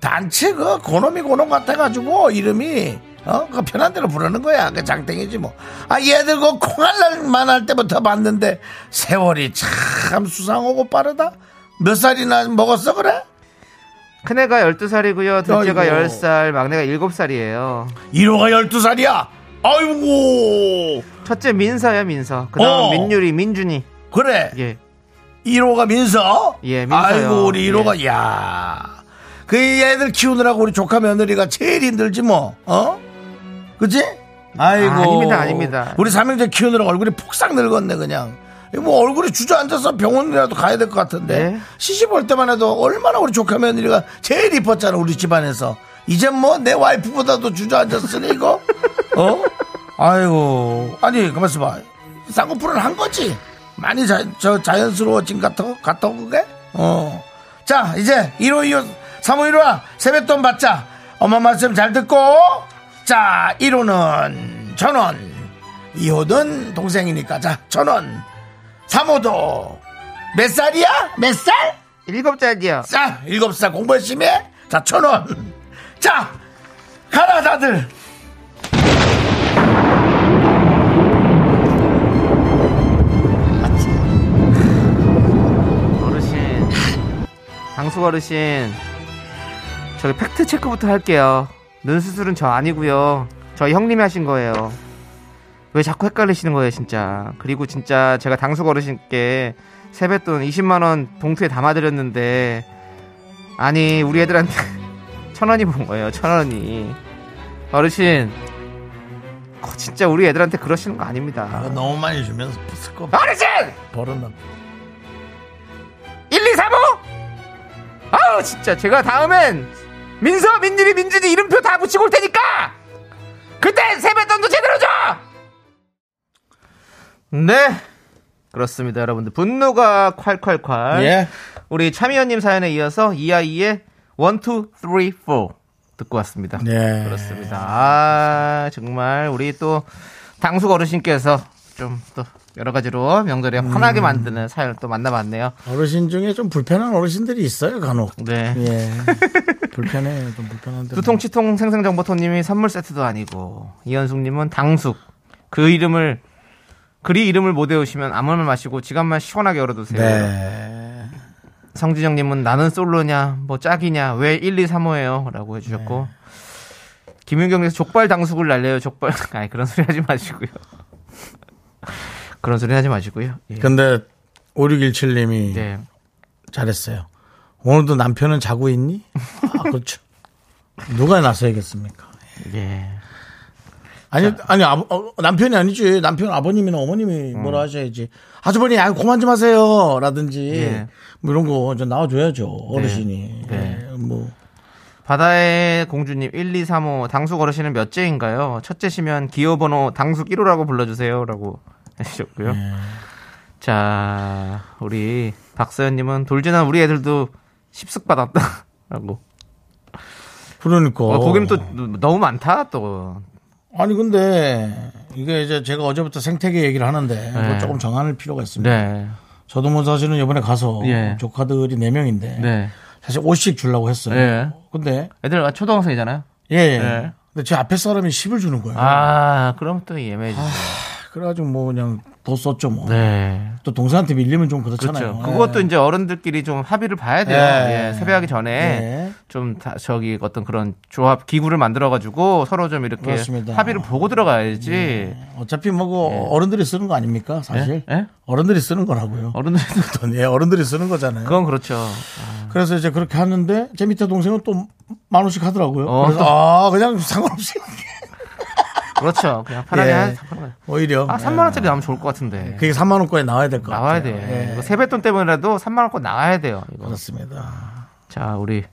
C: 단체 그, 고놈이 고놈 같아가지고, 이름이, 어, 그 편한 대로 부르는 거야. 그 장땡이지 뭐. 아, 얘들 그 콩알날만 할 때부터 봤는데, 세월이 참 수상하고 빠르다? 몇 살이나 먹었어, 그래?
D: 큰애가 12살이고요. 둘째가
C: 아이고.
D: 10살, 막내가 7살이에요.
C: 1호가 12살이야. 아이고.
D: 첫째 민서요, 민서. 그 다음
C: 어.
D: 민유리, 민준이.
C: 그래.
D: 예.
C: 1호가 민서?
D: 예, 민서요. 예.
C: 아이고, 우리 1호가, 야. 그 애들 키우느라고 우리 조카 며느리가 제일 힘들지 뭐, 어? 그치? 아이고.
D: 아, 아닙니다, 아닙니다.
C: 우리 삼형제 키우느라 얼굴이 폭삭 늙었네, 그냥. 이거 뭐 얼굴이 주저앉아서 병원이라도 가야 될 것 같은데.
D: 네.
C: 시집 올 때만 해도 얼마나 우리 조카 며느리가 제일 이뻤잖아, 우리 집안에서. 이젠 뭐 내 와이프보다도 주저앉았으니, 이거? 어? 아이고. 아니, 가만있어 봐. 쌍꺼풀은 한 거지. 많이 자, 저 자연스러워진 같아, 같아, 그게? 어. 자, 이제 1호, 2호, 3호, 1호야. 세뱃돈 받자. 엄마 말씀 잘 듣고. 자, 1호는 천원. 2호는 동생이니까. 자, 천원. 3호도. 몇 살이야? 몇 살?
D: 7살이요.
C: 자, 일곱 살 공부 열심히 해. 자, 천 원. 자, 가라, 다들.
D: 어르신 당숙 어르신 저기 팩트 체크부터 할게요 눈 수술은 저 아니고요 저희 형님이 하신 거예요 왜 자꾸 헷갈리시는 거예요 진짜 그리고 진짜 제가 당숙 어르신께 세뱃돈 20만원 봉투에 담아드렸는데 아니 우리 애들한테 천원이 본 거예요 천원이 어르신 거- 진짜 우리 애들한테 그러시는 거 아닙니다
C: 너무 많이 주면 스코
D: 어르신
C: 벌어나.
D: 1, 2, 3, 5? 아우 진짜 제가 다음엔 민서, 민준이, 민준이 이름표 다 붙이고 올 테니까 그때 세뱃돈도 제대로 줘! 네 그렇습니다 여러분들 분노가 콸콸콸
C: 예.
D: 우리 참의원님 사연에 이어서 이아이의 1, 2, 3, 4 듣고 왔습니다
C: 네.
D: 그렇습니다 아 정말 우리 또 당숙 어르신께서 좀 또 여러 가지로 명절에
C: 음.
D: 환하게 만드는 사연을 또 만나봤네요
C: 어르신 중에 좀 불편한 어르신들이 있어요, 간혹.
D: 네.
C: 예. 불편해요, 좀 불편한데.
D: 두통치통 생생정보토님이 선물 세트도 아니고 이현숙님은 당숙 그 이름을 그리 이름을 못 외우시면 아무 말 마시고 지갑만 시원하게 열어두세요.
C: 네.
D: 성진영님은 나는 솔로냐 뭐 짝이냐 왜 1, 2, 3호예요라고 해주셨고 김윤경님께서 족발 당숙을 날려요 족발 아니 그런 소리 하지 마시고요. 그런 소리 하지 마시고요. 예.
C: 근데, 5617님이
D: 네.
C: 잘했어요. 오늘도 남편은 자고
D: 네.
C: 있니? 아, 그렇죠. 누가 나서야겠습니까?
D: 예.
C: 아니 아니 아버- 어, 남편이 아니지 남편 아버님이나 어머님이
D: 음.
C: 뭐라 하셔야지 아주머니 아 고만 좀 하세요라든지
D: 예.
C: 뭐 이런 거 이제 나와줘야죠 어르신이
D: 네.
C: 예, 뭐
D: 바다의 공주님 1235 당수 걸으시는 몇째인가요? 첫째시면 기호번호 당수 1호라고 불러주세요라고 하셨고요. 자 우리 박서연님은 돌진한 우리 애들도 십숙 받았다라고.
C: 그러니까
D: 어, 고기는 또 너무 많다 또.
C: 아니 근데 이게 이제 제가 어제부터 생태계 얘기를 하는데
D: 네.
C: 뭐 조금 정할 필요가 있습니다.
D: 네.
C: 저도 뭐 사실은 이번에 가서
D: 예.
C: 조카들이 4 명인데
D: 네.
C: 사실 옷씩 주려고 했어요.
D: 예.
C: 근데
D: 애들 초등학생이잖아요.
C: 예, 예.
D: 네.
C: 근데 제 앞에 사람이 10을 주는 거예요.
D: 아 그럼 또 예매해주죠.
C: 그래가지고 뭐 그냥 더 썼죠 뭐.
D: 네.
C: 또 동생한테 밀리면 좀
D: 그렇죠.
C: 그렇잖아요.
D: 그것도 이제 어른들끼리 좀 합의를 봐야 돼요.
C: 예.
D: 예, 세배하기 전에
C: 예.
D: 좀 다- 저기 어떤 그런 조합 기구를 만들어 가지고 서로 좀 이렇게
C: 그렇습니다.
D: 합의를 보고 들어가야지.
C: 어차피 뭐 그거 어른들이 쓰는 거 아닙니까 사실?
D: 예? 예?
C: 어른들이 쓰는 거라고요.
D: 어른들도
C: 돈, 예, 어른들이 쓰는 거잖아요.
D: 그건 그렇죠.
C: 그래서 이제 그렇게 하는데 제 밑에 동생은 또 만 원씩 하더라고요.
D: 어.
C: 그래서 아 그냥 상관없이
D: 그렇죠. 그냥 편하게
C: 예.
D: 하- 편하게.
C: 오히려 예.
D: 아, 3만 원짜리 나오면 좋을 것 같은데.
C: 그게 3만 원권에 나와야 될 것 같아요. 예.
D: 나와야 돼. 이거 세뱃돈 때문이라도 3만 원권 나와야 돼요. 이거.
C: 그렇습니다.
D: 자, 우리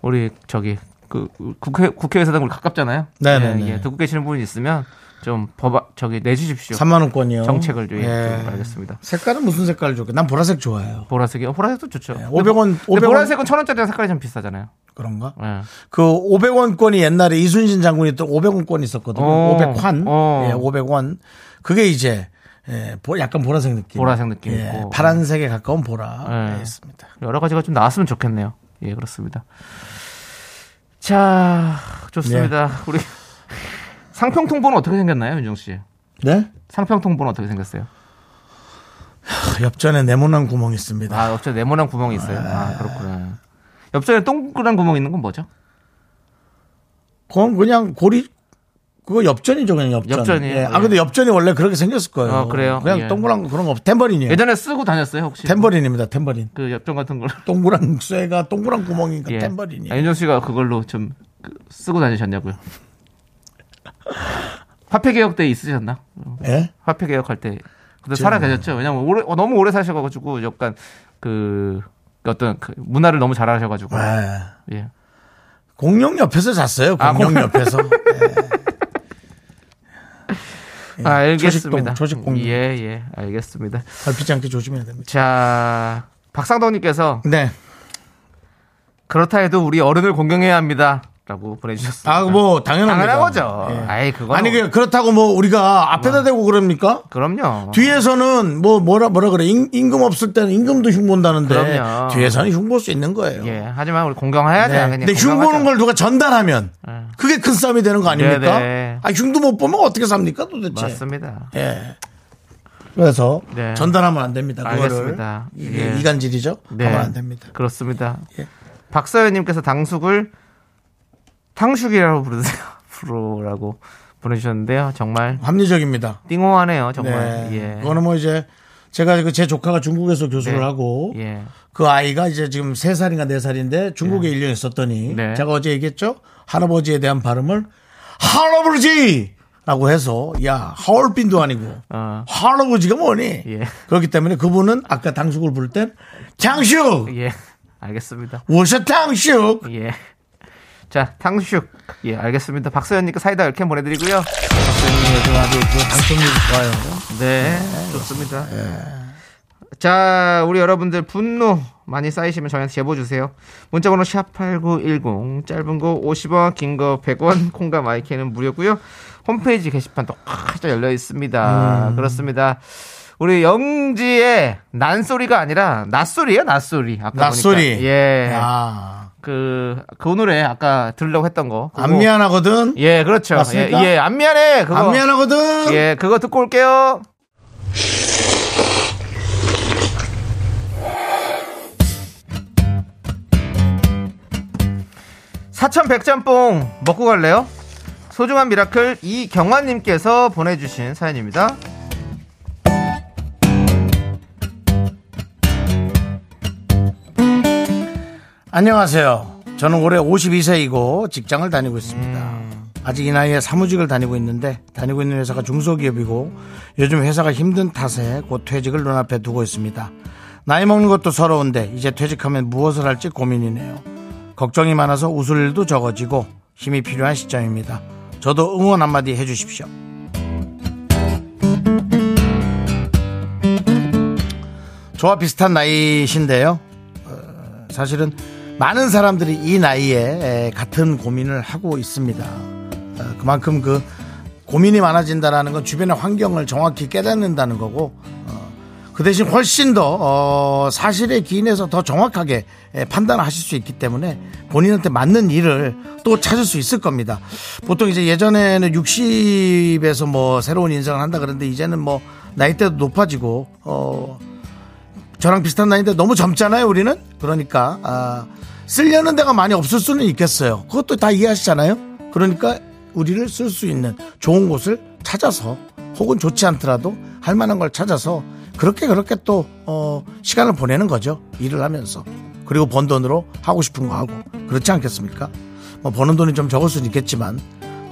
D: 우리 저기 그 국회 국회의사당 우리 가깝잖아요.
C: 네네네.
D: 예, 예. 듣고 계시는 분이 있으면 좀법 저기 내 주십시오.
C: 3만 원권이요.
D: 정책을 좀,
C: 예.
D: 좀 알겠습니다.
C: 색깔은 무슨 색깔 좋게? 난 보라색 좋아해요.
D: 보라색이 요 보라색도 좋죠.
C: 네,
D: 근데
C: 500원,
D: 보-
C: 500원.
D: 근데 보라색은 천 원짜리 색깔이 좀 비싸잖아요.
C: 그런가?
D: 예.
C: 그 500원권이 옛날에 이순신 장군이 또 500원권이 있었거든요.
D: 어.
C: 500환.
D: 어.
C: 예, 500원. 그게 이제 예, 보- 약간 보라색 느낌.
D: 보라색 느낌
C: 예,
D: 있고.
C: 파란색에 가까운 보라.
D: 예.
C: 예, 있습니다.
D: 여러 가지가 좀 나왔으면 좋겠네요. 예, 그렇습니다. 자, 좋습니다.
C: 네.
D: 우리 상평통보는 어떻게 생겼나요, 윤정 씨?
C: 네?
D: 상평통보는 어떻게 생겼어요?
C: 하, 옆전에 네모난 구멍이 있습니다.
D: 아, 옆에 네모난 구멍이 있어요. 아, 그렇구나. 옆전에 동그란 구멍 있는 건 뭐죠?
C: 그건 그냥 고리 그거 옆전이죠 그냥 옆전.
D: 옆전이에요.
C: 예. 아
D: 예.
C: 근데 옆전이 원래 그렇게 생겼을 거예요.
D: 어, 그래요?
C: 그냥
D: 예.
C: 동그란 거 그런 거 없. 탬버린이에요.
D: 예전에 쓰고 다녔어요, 혹시?
C: 탬버린입니다. 탬버린.
D: 그 옆전 같은 걸.
C: 동그란 쇠가 동그란 구멍이니까
D: 예.
C: 탬버린이에요.
D: 아, 윤정 씨가 그걸로 좀그 쓰고 다니셨냐고요? 화폐 개혁 때 있으셨나?
C: 예?
D: 화폐 개혁할 때 근데 살아 계셨죠. 왜냐면 오래 어, 너무 오래 사셔가지고 약간 그 어떤 그 문화를 너무 잘 아셔가지고
C: 예.
D: 예.
C: 공룡 옆에서 잤어요.
D: 아,
C: 공룡 옆에서.
D: 아,
C: 초식동,
D: 알겠습니다.
C: 초식공룡.
D: 예, 예, 알겠습니다.
C: 밟히지 않게 조심해야 됩니다.
D: 자, 박상덕님께서
C: 네.
D: 그렇다 해도 우리 어른을 공경해야 합니다. 라고 보내주셨습니다.
C: 아, 뭐, 당연합니다. 예.
D: 당연한 거죠. 아이, 그건-
C: 아니, 그, 그렇다고 뭐, 우리가 앞에다 대고 그럽니까?
D: 그럼요.
C: 뒤에서는 뭐, 뭐라, 뭐라 그래. 임, 금 없을 때는 임금도 흉본다는데.
D: 그럼요.
C: 뒤에서는 흉볼 수 있는 거예요.
D: 예, 하지만 우리 공경해야
C: 네.
D: 돼요. 예.
C: 근데 흉보는 걸 누가 전달하면 그게 큰 싸움이 되는 거 아닙니까?
D: 네, 네.
C: 아, 흉도 못 보면 어떻게 삽니까 도대체?
D: 맞습니다.
C: 예. 그래서
D: 네.
C: 전달하면 안 됩니다. 그거를.
D: 알겠습니다.
C: 이게
D: 예.
C: 이간질이죠.
D: 네.
C: 하면 안 됩니다.
D: 그렇습니다.
C: 예.
D: 박서연님께서 당숙을 탕숙이라고 부르세요. 프로라고 보내주셨는데요. 정말
C: 합리적입니다.
D: 띵호하네요. 정말.
C: 네.
D: 예.
C: 그거는 뭐 이제 제가 그 제 조카가 중국에서 교수를
D: 네.
C: 하고
D: 예.
C: 그 아이가 이제 지금 세살인가네살인데 중국에 일 1년 있었더니
D: 네.
C: 제가 어제 얘기했죠. 할아버지에 대한 발음을 할아버지! 라고 해서 야, 하얼빈도 아니고
D: 어.
C: 할아버지가 뭐니?
D: 예.
C: 그렇기 때문에 그분은 아까 당숙을 부를 땐 장숙!
D: 예. 알겠습니다.
C: 워셔 당숙!
D: 예. 자, 탕숙. 예, 알겠습니다. 박서연님께 사이다 이렇게 보내드리고요. 그
C: 당숙이 좋아요.
D: 네, 좋습니다.
C: 네.
D: 자, 우리 여러분들 분노 많이 쌓이시면 저희한테 제보 주세요. 문자번호 샵8910, 짧은 거 50원, 긴 거 100원, 콩과 마이크는 무료고요 홈페이지 게시판 똑같이 열려
C: 음.
D: 있습니다. 그렇습니다. 우리 영지의 난소리가 아니라 낯소리예요, 낯소리. 아까
C: 낯소리.
D: 보니까. 예.
C: 아. 야,
D: 그, 그 노래 아까 들으려고 했던 거. 그거.
C: 안 미안하거든?
D: 예, 그렇죠.
C: 맞습니까?
D: 예, 예, 안 미안해. 그거.
C: 안 미안하거든?
D: 예, 그거 듣고 올게요. 사천 백짬뽕 먹고 갈래요? 소중한 미라클 이경환님께서 보내주신 사연입니다.
C: 안녕하세요. 저는 올해 52세이고 직장을 다니고 있습니다. 아직 이 나이에 사무직을 다니고 있는데 다니고 있는 회사가 중소기업이고 요즘 회사가 힘든 탓에 곧 퇴직을 눈앞에 두고 있습니다. 나이 먹는 것도 서러운데 이제 퇴직하면 무엇을 할지 고민이네요. 걱정이 많아서 웃을 일도 적어지고 힘이 필요한 시점입니다. 저도 응원 한마디 해주십시오. 저와 비슷한 나이신데요. 어, 사실은 많은 사람들이 이 나이에 에, 같은 고민을 하고 있습니다. 어, 그만큼 그 고민이 많아진다라는 건 주변의 환경을 정확히 깨닫는다는 거고 어, 그 대신 훨씬 더 어, 사실에 기인해서 더 정확하게 예, 판단하실 수 있기 때문에 본인한테 맞는 일을 또 찾을 수 있을 겁니다. 보통 이제 예전에는 60에서 뭐 새로운 인생을 한다 그랬는데 이제는 뭐 나이대도 높아지고 어, 저랑 비슷한 나이인데 너무 젊잖아요, 우리는. 그러니까 아, 쓰려는 데가 많이 없을 수는 있겠어요. 그것도 다 이해하시잖아요. 그러니까 우리를 쓸 수 있는 좋은 곳을 찾아서 혹은 좋지 않더라도 할 만한 걸 찾아서 그렇게 그렇게 또 어, 시간을 보내는 거죠. 일을 하면서. 그리고 번 돈으로 하고 싶은 거 하고 그렇지 않겠습니까? 뭐 버는 돈이 좀 적을 수는 있겠지만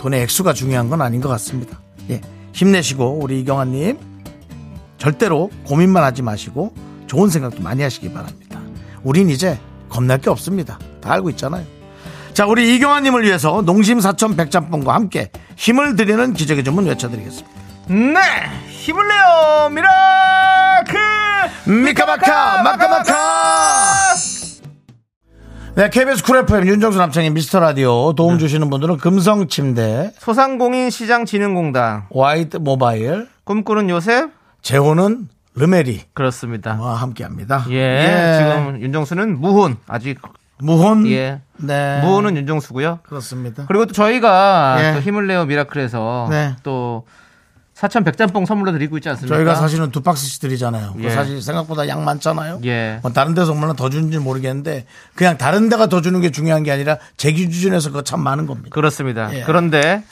C: 돈의 액수가 중요한 건 아닌 것 같습니다. 예. 힘내시고 우리 이경아님 절대로 고민만 하지 마시고 좋은 생각도 많이 하시기 바랍니다. 우린 이제 겁날 게 없습니다. 다 알고 있잖아요. 자, 우리 이경아님을 위해서 농심 사천 백짬뽕과 함께 힘을 드리는 기적의 주문 외쳐드리겠습니다.
D: 네 힘을 내요 미라클
C: 미카마카, 마카마카! 네, KBS 쿨 FM 윤정수 남창의 미스터 라디오 도움
D: 네.
C: 주시는 분들은 금성 침대,
D: 소상공인 시장진흥공단
C: 와이드 모바일,
D: 꿈꾸는 요셉
C: 재호는 르메리와
D: 그렇습니다
C: 함께 합니다.
D: 예, 지금 윤정수는 무혼 아직
C: 무혼.
D: 예.
C: 네.
D: 무혼은 윤정수고요
C: 그렇습니다.
D: 그리고 또 저희가
C: 예.
D: 또 힘을 내요 미라클에서
C: 네.
D: 또 사천 백짬뽕 선물로 드리고 있지 않습니까?
C: 저희가 사실은 두 박스씩 드리잖아요. 그거
D: 그러니까. 예.
C: 사실 생각보다 양 많잖아요.
D: 예.
C: 뭐 다른 데서 얼마나 더 주는지 모르겠는데 그냥 다른 데가 더 주는 게 중요한 게 아니라 제 기준에서 그거 참 많은 겁니다.
D: 그렇습니다.
C: 예.
D: 그런데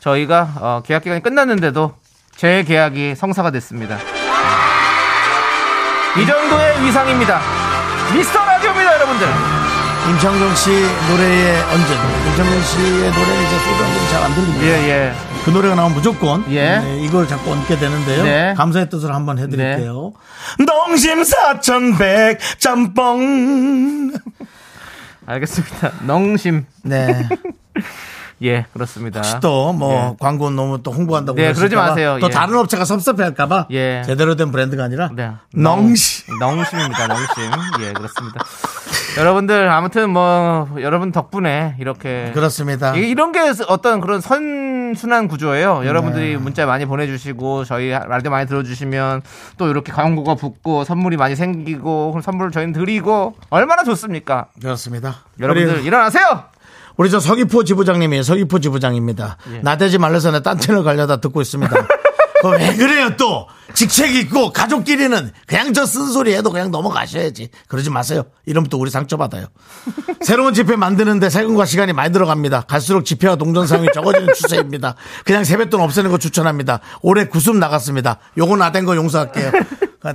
D: 저희가 어, 계약 기간이 끝났는데도 제 계약이 성사가 됐습니다. 이 정도의 위상입니다. 미스터 라디오입니다, 여러분들.
C: 임창정 씨 노래의 언제 임창정 씨의 노래는 이제 소리 언제 잘안 들립니다.
D: 예, 예.
C: 그 노래가 나오면 무조건
D: 예.
C: 네, 이걸 자꾸 얹게 되는데요.
D: 네.
C: 감사의 뜻으로 한번 해드릴게요. 농심 사천백 짬뽕.
D: 알겠습니다. 농심.
C: 네.
D: 예, 그렇습니다.
C: 또 뭐
D: 예.
C: 광고 너무 또 홍보한다고
D: 네, 그러지
C: 그러실까봐
D: 마세요.
C: 또
D: 예.
C: 다른 업체가 섭섭해할까봐
D: 예.
C: 제대로 된 브랜드가 아니라
D: 네.
C: 넝시
D: 농심입니다. 농심. 예, 그렇습니다. 여러분들 아무튼 뭐 여러분 덕분에 이렇게
C: 그렇죠. 그렇습니다.
D: 이게 이런 게 어떤 그런 선순환 구조예요. 여러분들이 문자 많이 보내주시고 저희 라디오 많이 들어주시면 또 이렇게 광고가 붙고 선물이 많이 생기고 그럼 선물을 저희는 드리고 얼마나 좋습니까?
C: 그렇습니다.
D: 여러분들
C: 우리,
D: 일어나세요.
C: 우리 저 서귀포 지부장님이에요. 서귀포 지부장입니다.
D: 예.
C: 나대지 말래서 내딴 채널 가려다 듣고 있습니다. 그거 왜 그래요 또 직책 있고 가족끼리는 그냥 저 쓴소리 해도 그냥 넘어가셔야지 그러지 마세요 이러면 또 우리 상처받아요 새로운 집회 만드는데 세금과 시간이 많이 들어갑니다. 갈수록 집회와 동전 사용이 적어지는 추세입니다. 그냥 세뱃돈 없애는 거 추천합니다. 올해 구습 나갔습니다. 요건 나댄 거 용서할게요.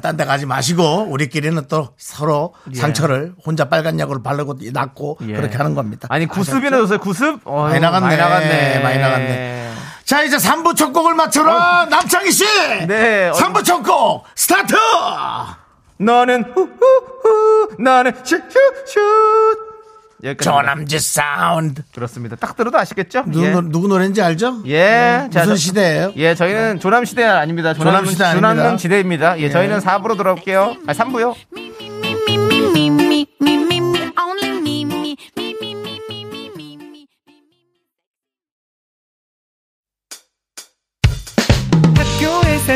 C: 딴 데 가지 마시고 우리끼리는 또 서로 상처를 혼자 빨간 약으로 바르고 낫고
D: 예.
C: 그렇게 하는 겁니다.
D: 아니 구습이나 요새 구습 어휴,
C: 많이 나갔네.
D: 많이 나갔네.
C: 많이 나갔네. 자 이제 3부 첫 곡을 맞춰라 남창희 씨
D: 어. 네, 예.
C: 3부 첫 곡 스타트
D: 너는 후후후 나는 슛슛슛 여기까지
C: 저남지 사운드
D: 그렇습니다. 딱 들어도 아시겠죠?
C: 누구,
D: 예.
C: 노, 누구 노래인지 알죠?
D: 예. 자,
C: 무슨
D: 저-
C: 시대예요?
D: 예, 저희는 조남 시대 아닙니다. 조남
C: 조남시대
D: 시대
C: 아닙니다.
D: 조남 시대입니다. 예, 저희는 4부로 돌아올게요. 아, 3부요.
F: Me, me, me, me, me, me, me, me, me, me, only me, me, me, me, me, me, me, me, me.
G: 학교에서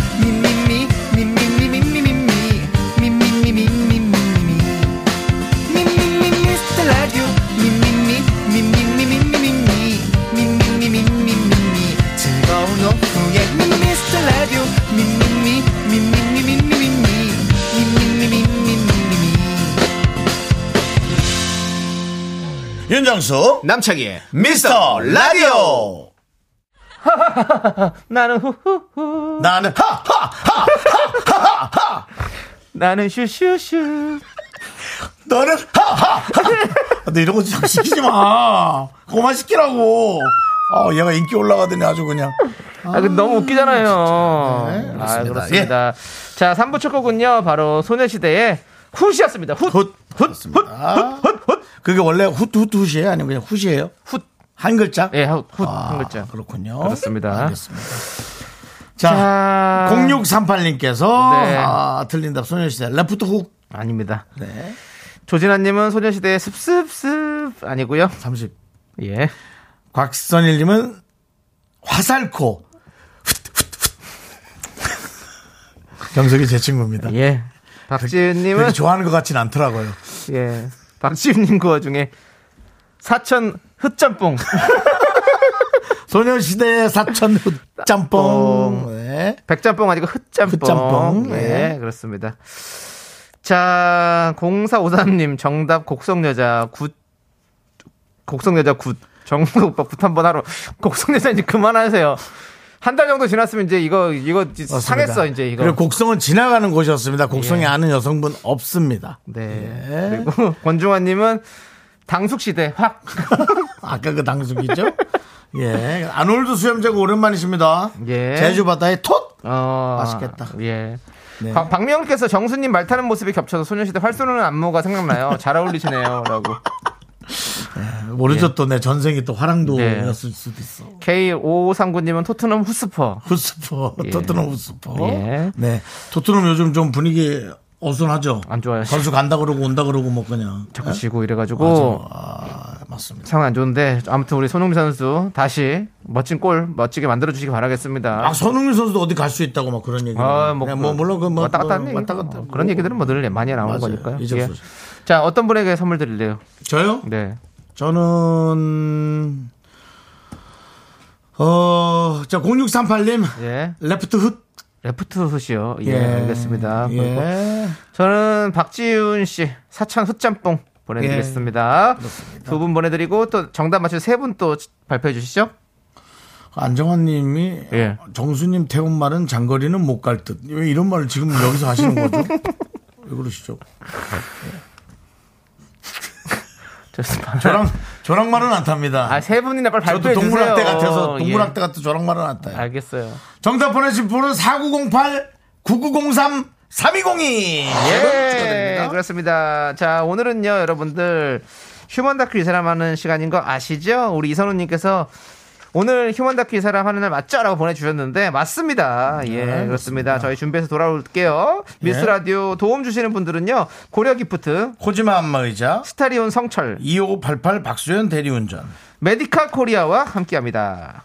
G: 미미미 미미미 미미미 미미미 미미미
C: 윤정수
D: 남창희의
C: 미스터 라디오
D: 나는 후후후.
C: 나는 하하하 하하하
D: 나는 슈슈슈.
C: 너는 하하하 아, 너 이런 거좀 시키지 마 그만 시키라고 어, 얘가 인기 올라가더니 아주 그냥
D: 아, 근데 너무 웃기잖아요.
C: 진짜. 네,
D: 아,
C: 그렇습니다. 예.
D: 그렇습니다. 자, 3부 첫 곡은요. 바로 소녀시대의 훗이었습니다. 훗.
C: 훗, 훗, 훗, 훗. 그게 원래 훗훗훗이에요? 아니면 그냥 훗이에요? 훗. 한 글자?
D: 예, 훗. 훗.
C: 아,
D: 한 글자.
C: 그렇군요.
D: 그렇습니다.
C: 알겠습니다. 자,
D: 자,
C: 0638님께서
D: 네.
C: 아, 틀린 답 소녀시대 레프트 훅.
D: 아닙니다.
C: 네.
D: 조진아님은 소녀시대의 습습습 아니고요.
C: 30.
D: 예.
C: 곽선일님은 화살코. 경석이 제 친구입니다.
D: 예.
C: 그렇게
D: 박지윤님은
C: 좋아하는 것 같진 않더라고요.
D: 예. 박지윤님 구화 중에 사천 흑짬뽕.
C: 소녀시대의 사천 짬뽕. 네.
D: 백짬뽕 아니고 흑짬뽕.
C: 흑짬뽕,
D: 예,
C: 예.
D: 그렇습니다. 자, 0453님 정답 곡성여자 굿. 곡성여자 굿. 정우 오빠 굿 한번 하러. 곡성여자 이제 그만하세요. 한 달 정도 지났으면 이제 이거 이거 이제
C: 맞습니다.
D: 상했어 이제 이거.
C: 그리고 곡성은 지나가는 곳이었습니다. 곡성이 아는 여성분 없습니다.
D: 네.
C: 예.
D: 그리고 권중환님은 당숙 시대 확.
C: 아까 그 당숙이죠? 예. 아놀드 수염제가 오랜만이십니다.
D: 예.
C: 제주 바다의 톳!
D: 어,
C: 맛있겠다.
D: 예.
C: 네.
D: 박- 박명훈께서 정수님 말 타는 모습이 겹쳐서 소녀시대 활쏘는 안무가 생각나요. 잘 어울리시네요라고.
C: 모르죠 또
D: 예.
C: 내 전생이 또 화랑도였을
D: 네.
C: 수도 있어.
D: K5539님은 토트넘 후스퍼.
C: 후스퍼,
D: 예.
C: 토트넘 후스퍼.
D: 예.
C: 네. 토트넘 요즘 좀 분위기 어순하죠?
D: 안 좋아요.
C: 선수 간다 그러고 온다 그러고 뭐 그냥.
D: 자꾸 지고 이래가지고
C: 아, 맞습니다.
D: 상황 안 좋은데 아무튼 우리 손흥민 선수 다시 멋진 골 멋지게 만들어 주시기 바라겠습니다.
C: 아, 손흥민 선수도 어디 갈 수 있다고 막 그런 얘기.
D: 아,
C: 뭐, 뭐, 물론 그 뭐,
D: 왔다 갔다 하는
C: 뭐
D: 얘기.
C: 왔다 갔다
D: 뭐
C: 하고.
D: 그런 얘기들은 뭐늘 많이
C: 맞아요.
D: 나오는 거니까요.
C: 이제
D: 예.
C: 없어져.
D: 자 어떤 분에게 선물 드릴래요?
C: 저요?
D: 네.
C: 저는 어, 자 0638님
D: 예.
C: 레프트 훗.
D: 레프트 훗이요. 예, 알겠습니다. 그리고
C: 예.
D: 저는 박지윤 씨 사천 흑짬뽕
C: 예.
D: 보내드리겠습니다. 두 분 보내드리고 또 정답 맞춘 세 분 또 발표해 주시죠.
C: 안정환님이
D: 예.
C: 정수님 태운 말은 장거리는 못 갈 듯. 왜 이런 말을 지금 여기서 하시는 거죠? 왜 그러시죠?
D: 좋습니다.
C: 저랑 저랑 말은 안 탑니다.
D: 아, 세 분이나 빨리
C: 저도
D: 발표해 주세요.
C: 동물학대 같아서
D: 예.
C: 동물학대 같아 저랑 말은 안 타요.
D: 알겠어요.
C: 정답 보내신 분은 4908 9903 3202.
D: 예, 그렇습니다. 자, 오늘은요, 여러분들 휴먼 다큐 이 사람 하는 시간인 거 아시죠? 우리 이선우 님께서 오늘 휴먼 다큐 이 사람 하는 날 맞죠라고 보내 주셨는데 맞습니다. 예, 그렇습니다. 저희 준비해서 돌아올게요. 미스 라디오 도움 주시는 분들은요. 고려 기프트,
C: 코지마 안마 의자
D: 스타리온 성철,
C: 2588 박수현 대리운전.
D: 메디카 코리아와 함께 합니다.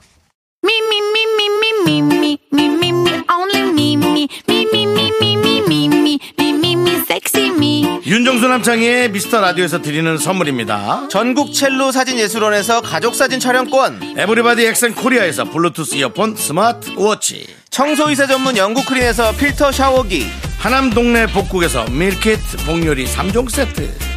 F: Me, me, me, me, me, me, me, me, me, me, only me, me, me, me, me, me, me, me, me, me, me, me, sexy me.
C: 윤정수 남창희의 미스터 라디오에서 드리는 선물입니다.
D: 전국 첼로 사진 예술원에서 가족 사진 촬영권
C: 에브리바디 엑센 코리아에서 블루투스 이어폰 스마트 워치.
D: 청소이사 전문 영국 크린에서 필터 샤워기
C: 하남 동네 복국에서 밀키트 복요리 3종 세트.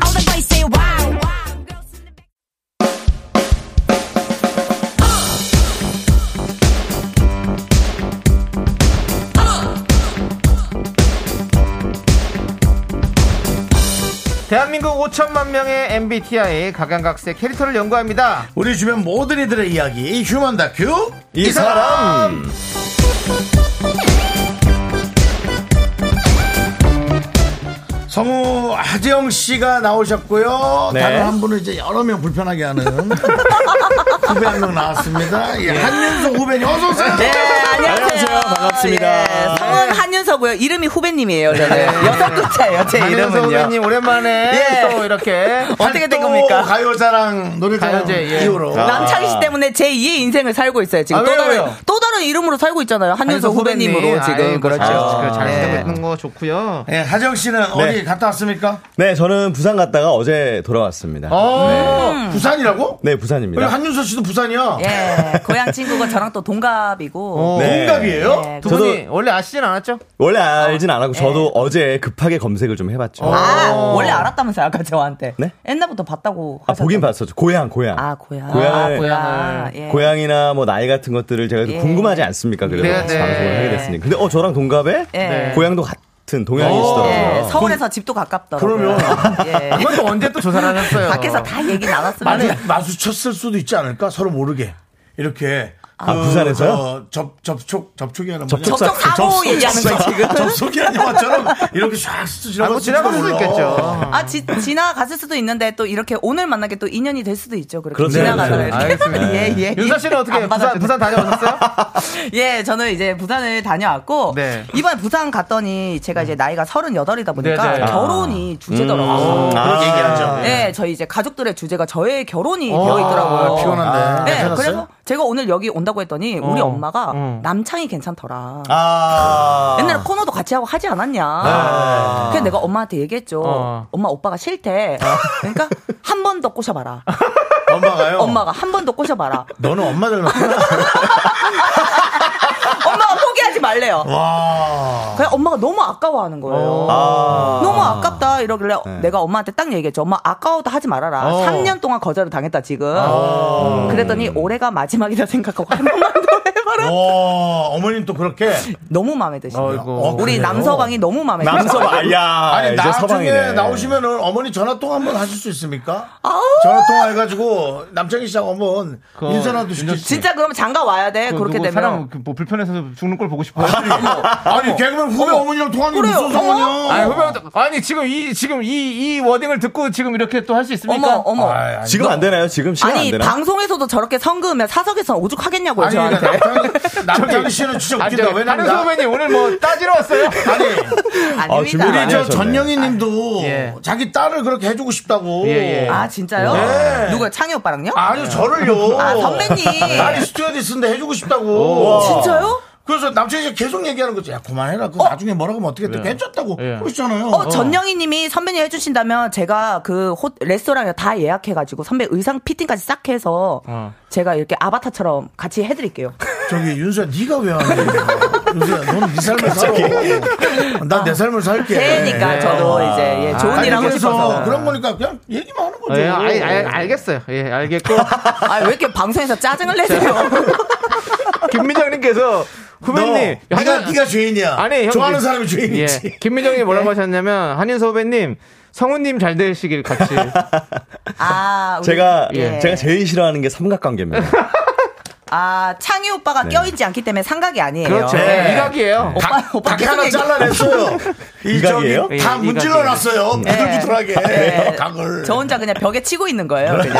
F: All the boys say wow, wow. Girls in the back.
D: 대한민국 5천만 명의 MBTI 각양각색 캐릭터를 연구합니다
C: 우리 주변 모든 이들의 이야기 휴먼 다큐
D: 이 사람.
C: 성우 하재영 씨가 나오셨고요. 다른 한 분은 이제 여러 명 불편하게 하는 후배 한 명 나왔습니다. 예, 한윤석 후배님 어서 오세요.
H: 안녕하세요. 안녕하세요. 반갑습니다. 네.
I: 예, 성은 한윤서고요. 이름이 후배님이에요. 네. 저는 여섯 글자예요. 제
D: 한윤서
I: 이름은요.
D: 후배님 오랜만에
I: 예.
D: 또 이렇게
I: 어떻게 된
C: 또
I: 겁니까?
C: 가요자랑 노래자랑
D: 가요제, 예.
C: 이후로
H: 아.
I: 남창희 씨 때문에 제 2의 인생을 살고 있어요. 지금
D: 아,
I: 또
D: 왜요,
I: 다른
D: 왜요?
I: 또 다른 이름으로 살고 있잖아요. 한윤서 후배님으로 지금
D: 아이, 뭐
I: 그렇죠.
D: 잘, 잘
I: 네.
D: 되고 있는 거 좋고요.
C: 예, 하정 씨는 어디 갔다 왔습니까?
H: 네, 저는 부산 갔다가 어제 돌아왔습니다.
D: 네.
C: 어, 부산이라고?
H: 네,
C: 우리
H: 부산입니다.
C: 한윤서 씨도 부산이야.
I: 음.
C: 어,
I: 예, 고향 친구가 저랑 또 동갑이고.
H: 네.
C: 동갑이에요?
I: 예,
D: 어? 두
H: 저도-
D: 분이 원래 아시진 않았죠?
H: 원래 알진
I: 어, 네.
H: 않았고 저도 어제 급하게 검색을 좀 해봤죠.
I: 아, 원래 알았다면서요, 아까 저한테.
H: 네?
I: 옛날부터 봤다고.
H: 아, 보긴
I: 하셨잖아요.
H: 봤었죠. 고향, 고향.
I: 아, 고향.
H: 고향을-
I: 아, 고향. 예.
H: 고향이나 뭐 나이 같은 것들을 제가
I: 예.
H: 궁금하지 않습니까? 그래서
D: 네, 네.
H: 방송을 하게 됐으니까. 근데 어 저랑 동갑에
C: 네.
I: 예.
H: 고향도 같은 동양이시더라고요.
I: 예, 서울에서 집도 가깝더라고요.
C: 그러면-
I: 예.
D: 그건 또 언제 또 조사를 하셨어요?
I: 밖에서 다 얘기
C: 아니,
I: 나눴으면.
C: 마주쳤을 수도 있지 않을까? 서로 모르게. 이렇게. 그,
H: 아, 부산에서요?
C: 저 접, 접촉, 접촉이라는 뭐
H: 접촉
I: 접촉 사고 얘기하는 거 지금.
C: 접촉이라는 영화처럼 이렇게 샥
D: 아,
C: 지나갔을
D: 뭐 지나갈 수도 있겠죠.
I: 아, 지, 지나갔을 수도 있는데 또 이렇게 오늘 만나게 또 인연이 될 수도 있죠. 그렇게
H: 그렇죠.
I: 지나가다가
H: 네,
I: 이렇게.
D: 알겠습니다.
I: 예, 예.
D: 윤서 씨는 어떻게 부산,
I: 안 받아주네.
D: 부산 다녀오셨어요?
I: 예, 저는 이제 부산을 다녀왔고
D: 네.
I: 이번에 부산 갔더니 제가 이제 나이가 38이다 보니까
D: 네, 아. 네.
I: 결혼이 주제더라고요.
C: 아. 그렇게 얘기하죠.
I: 네, 저희 이제 가족들의 주제가 저의 결혼이 되어
D: 아,
I: 있더라고요.
C: 피곤한데.
I: 네,
C: 괜찮았어요?
I: 그래서 제가 오늘 여기 온다고 했더니 우리
D: 어.
I: 엄마가
D: 어.
I: 남창이 괜찮더라.
H: 아.
I: 옛날에 코너도 같이 하고 하지 않았냐. 그래서 내가 엄마한테 얘기했죠.
D: 어.
I: 엄마 오빠가 싫대. 그러니까 한 번 더 꼬셔봐라.
C: 엄마가요?
I: 엄마가 한 번 더 꼬셔봐라.
C: 너는 엄마 닮았구나.
I: 엄마가 포기하지
C: 어.
I: 말래요.
C: 와.
I: 그냥 엄마가 너무 아까워하는 거예요.
D: 어.
H: 아.
I: 너무 아깝다 이러길래 내가 엄마한테 딱 얘기했죠. 엄마 아까워도 하지 말아라.
D: 어.
I: 3년 동안 거절을 당했다 지금. 음. 그랬더니 올해가 마지막이다 생각하고 한 번만 더 해봐라.
C: 와, 어머님 또 그렇게.
I: 너무 마음에 드시네요.
D: 어이구.
C: 어,
I: 우리
C: 그래요?
I: 남서방이 너무 마음에 드시네요.
H: 남서 아야.
C: 아니,
H: 이제
C: 나중에
H: 서방이네.
C: 나오시면은 어머니 전화통화 한번 하실 수 있습니까?
I: 아우.
C: 전화통화 해가지고 남창희 씨하고 한번 인사라도 시키지.
I: 진짜 그럼 장가 와야 돼. 네, 그렇게 되면.
D: 사람 그, 뭐 불편해서 죽는 걸 보고 싶어요.
C: 아니, 개그맨 후배 어머니랑 통화하는 게
I: 그래요.
C: 무슨 상관이야?
D: 아니, 후배한테- 아니, 지금 이, 지금 이, 이 워딩을 듣고 지금 이렇게 또 할 수
I: 어머
D: 있습니까?
I: 어머.
C: 아이, 아니,
H: 지금 안 되나? 되나요? 지금 시간 안
I: 아니
H: 되나?
I: 방송에서도 저렇게 성그으면 사석에서 오죽하겠냐고요
C: 아니,
I: 저한테.
C: 남창희, 남창희 씨는 진짜
D: 아니,
C: 웃긴다.
D: 저기
C: 왜냐면
D: 다른
C: 나-
D: 선배님 오늘 뭐 따지러 왔어요?
C: 아니,
I: 아닙니다.
H: 우리
C: 우리
H: 많이
C: 저
H: 하셨네.
C: 전영희 님도
D: 예.
C: 자기 딸을 그렇게 해주고 싶다고.
D: 예, 예.
I: 아 진짜요?
C: 네.
I: 누구요? 창희 오빠랑요?
C: 아니요, 저를요.
I: 아, 선배님.
C: 딸이 스튜어디스인데 해주고 싶다고.
I: 진짜요?
C: 그래서 남친이 제 계속 얘기하는 거지. 야, 그만해라. 그 나중에 뭐라고 하면 어떻게 돼? 괜찮다고.
D: 예.
C: 그러시잖아요.
I: 어, 전영희 님이 선배님 해주신다면 제가 그 호, 레스토랑에 다 예약해가지고 선배 의상 피팅까지 싹 해서
D: 어.
I: 제가 이렇게 아바타처럼 같이 해드릴게요.
C: 저기, 윤수야, 네가왜 안 해? 윤수야, 넌 네 삶을 살아. 난 내 삶을 살게. 네.
I: 새해니까 그러니까 저도 이제 예, 좋은
C: 아니,
I: 일 하고
C: 그래서
I: 싶어서.
C: 그런 거니까 그냥 얘기만 하는 거죠.
D: 예, 알, 알, 알겠어요. 예, 알겠고.
I: 아, 왜 이렇게 방송에서 짜증을 내세요?
D: 김민정님께서 후배님.
C: 너,
D: 한-
C: 네가, 네가 죄인이야.
D: 아니, 형,
C: 좋아하는
D: 그-
C: 사람이
D: 예.
C: 죄인이지.
D: 김민정이 뭐라고 하셨냐면, 한인서 후배님, 성우님 잘 되시길 같이.
I: 아, 우리-
H: 제가
I: 예.
H: 제가 제일 싫어하는 게 삼각관계입니다.
I: 아, 창희 오빠가 껴있지 않기 때문에 삼각이 아니에요.
D: 그렇죠.
C: 네.
D: 이각이에요.
I: 오빠, 오빠
C: 닭
I: 계속
C: 하나
I: 얘기-
C: 잘라냈어요. 이
H: 이각이에요?
C: 저기 다
D: 예,
C: 문질러 놨어요. 부들부들하게. 예,
I: 네.
C: 닭을.
I: 저 혼자 그냥 벽에 치고 있는 거예요. 그냥.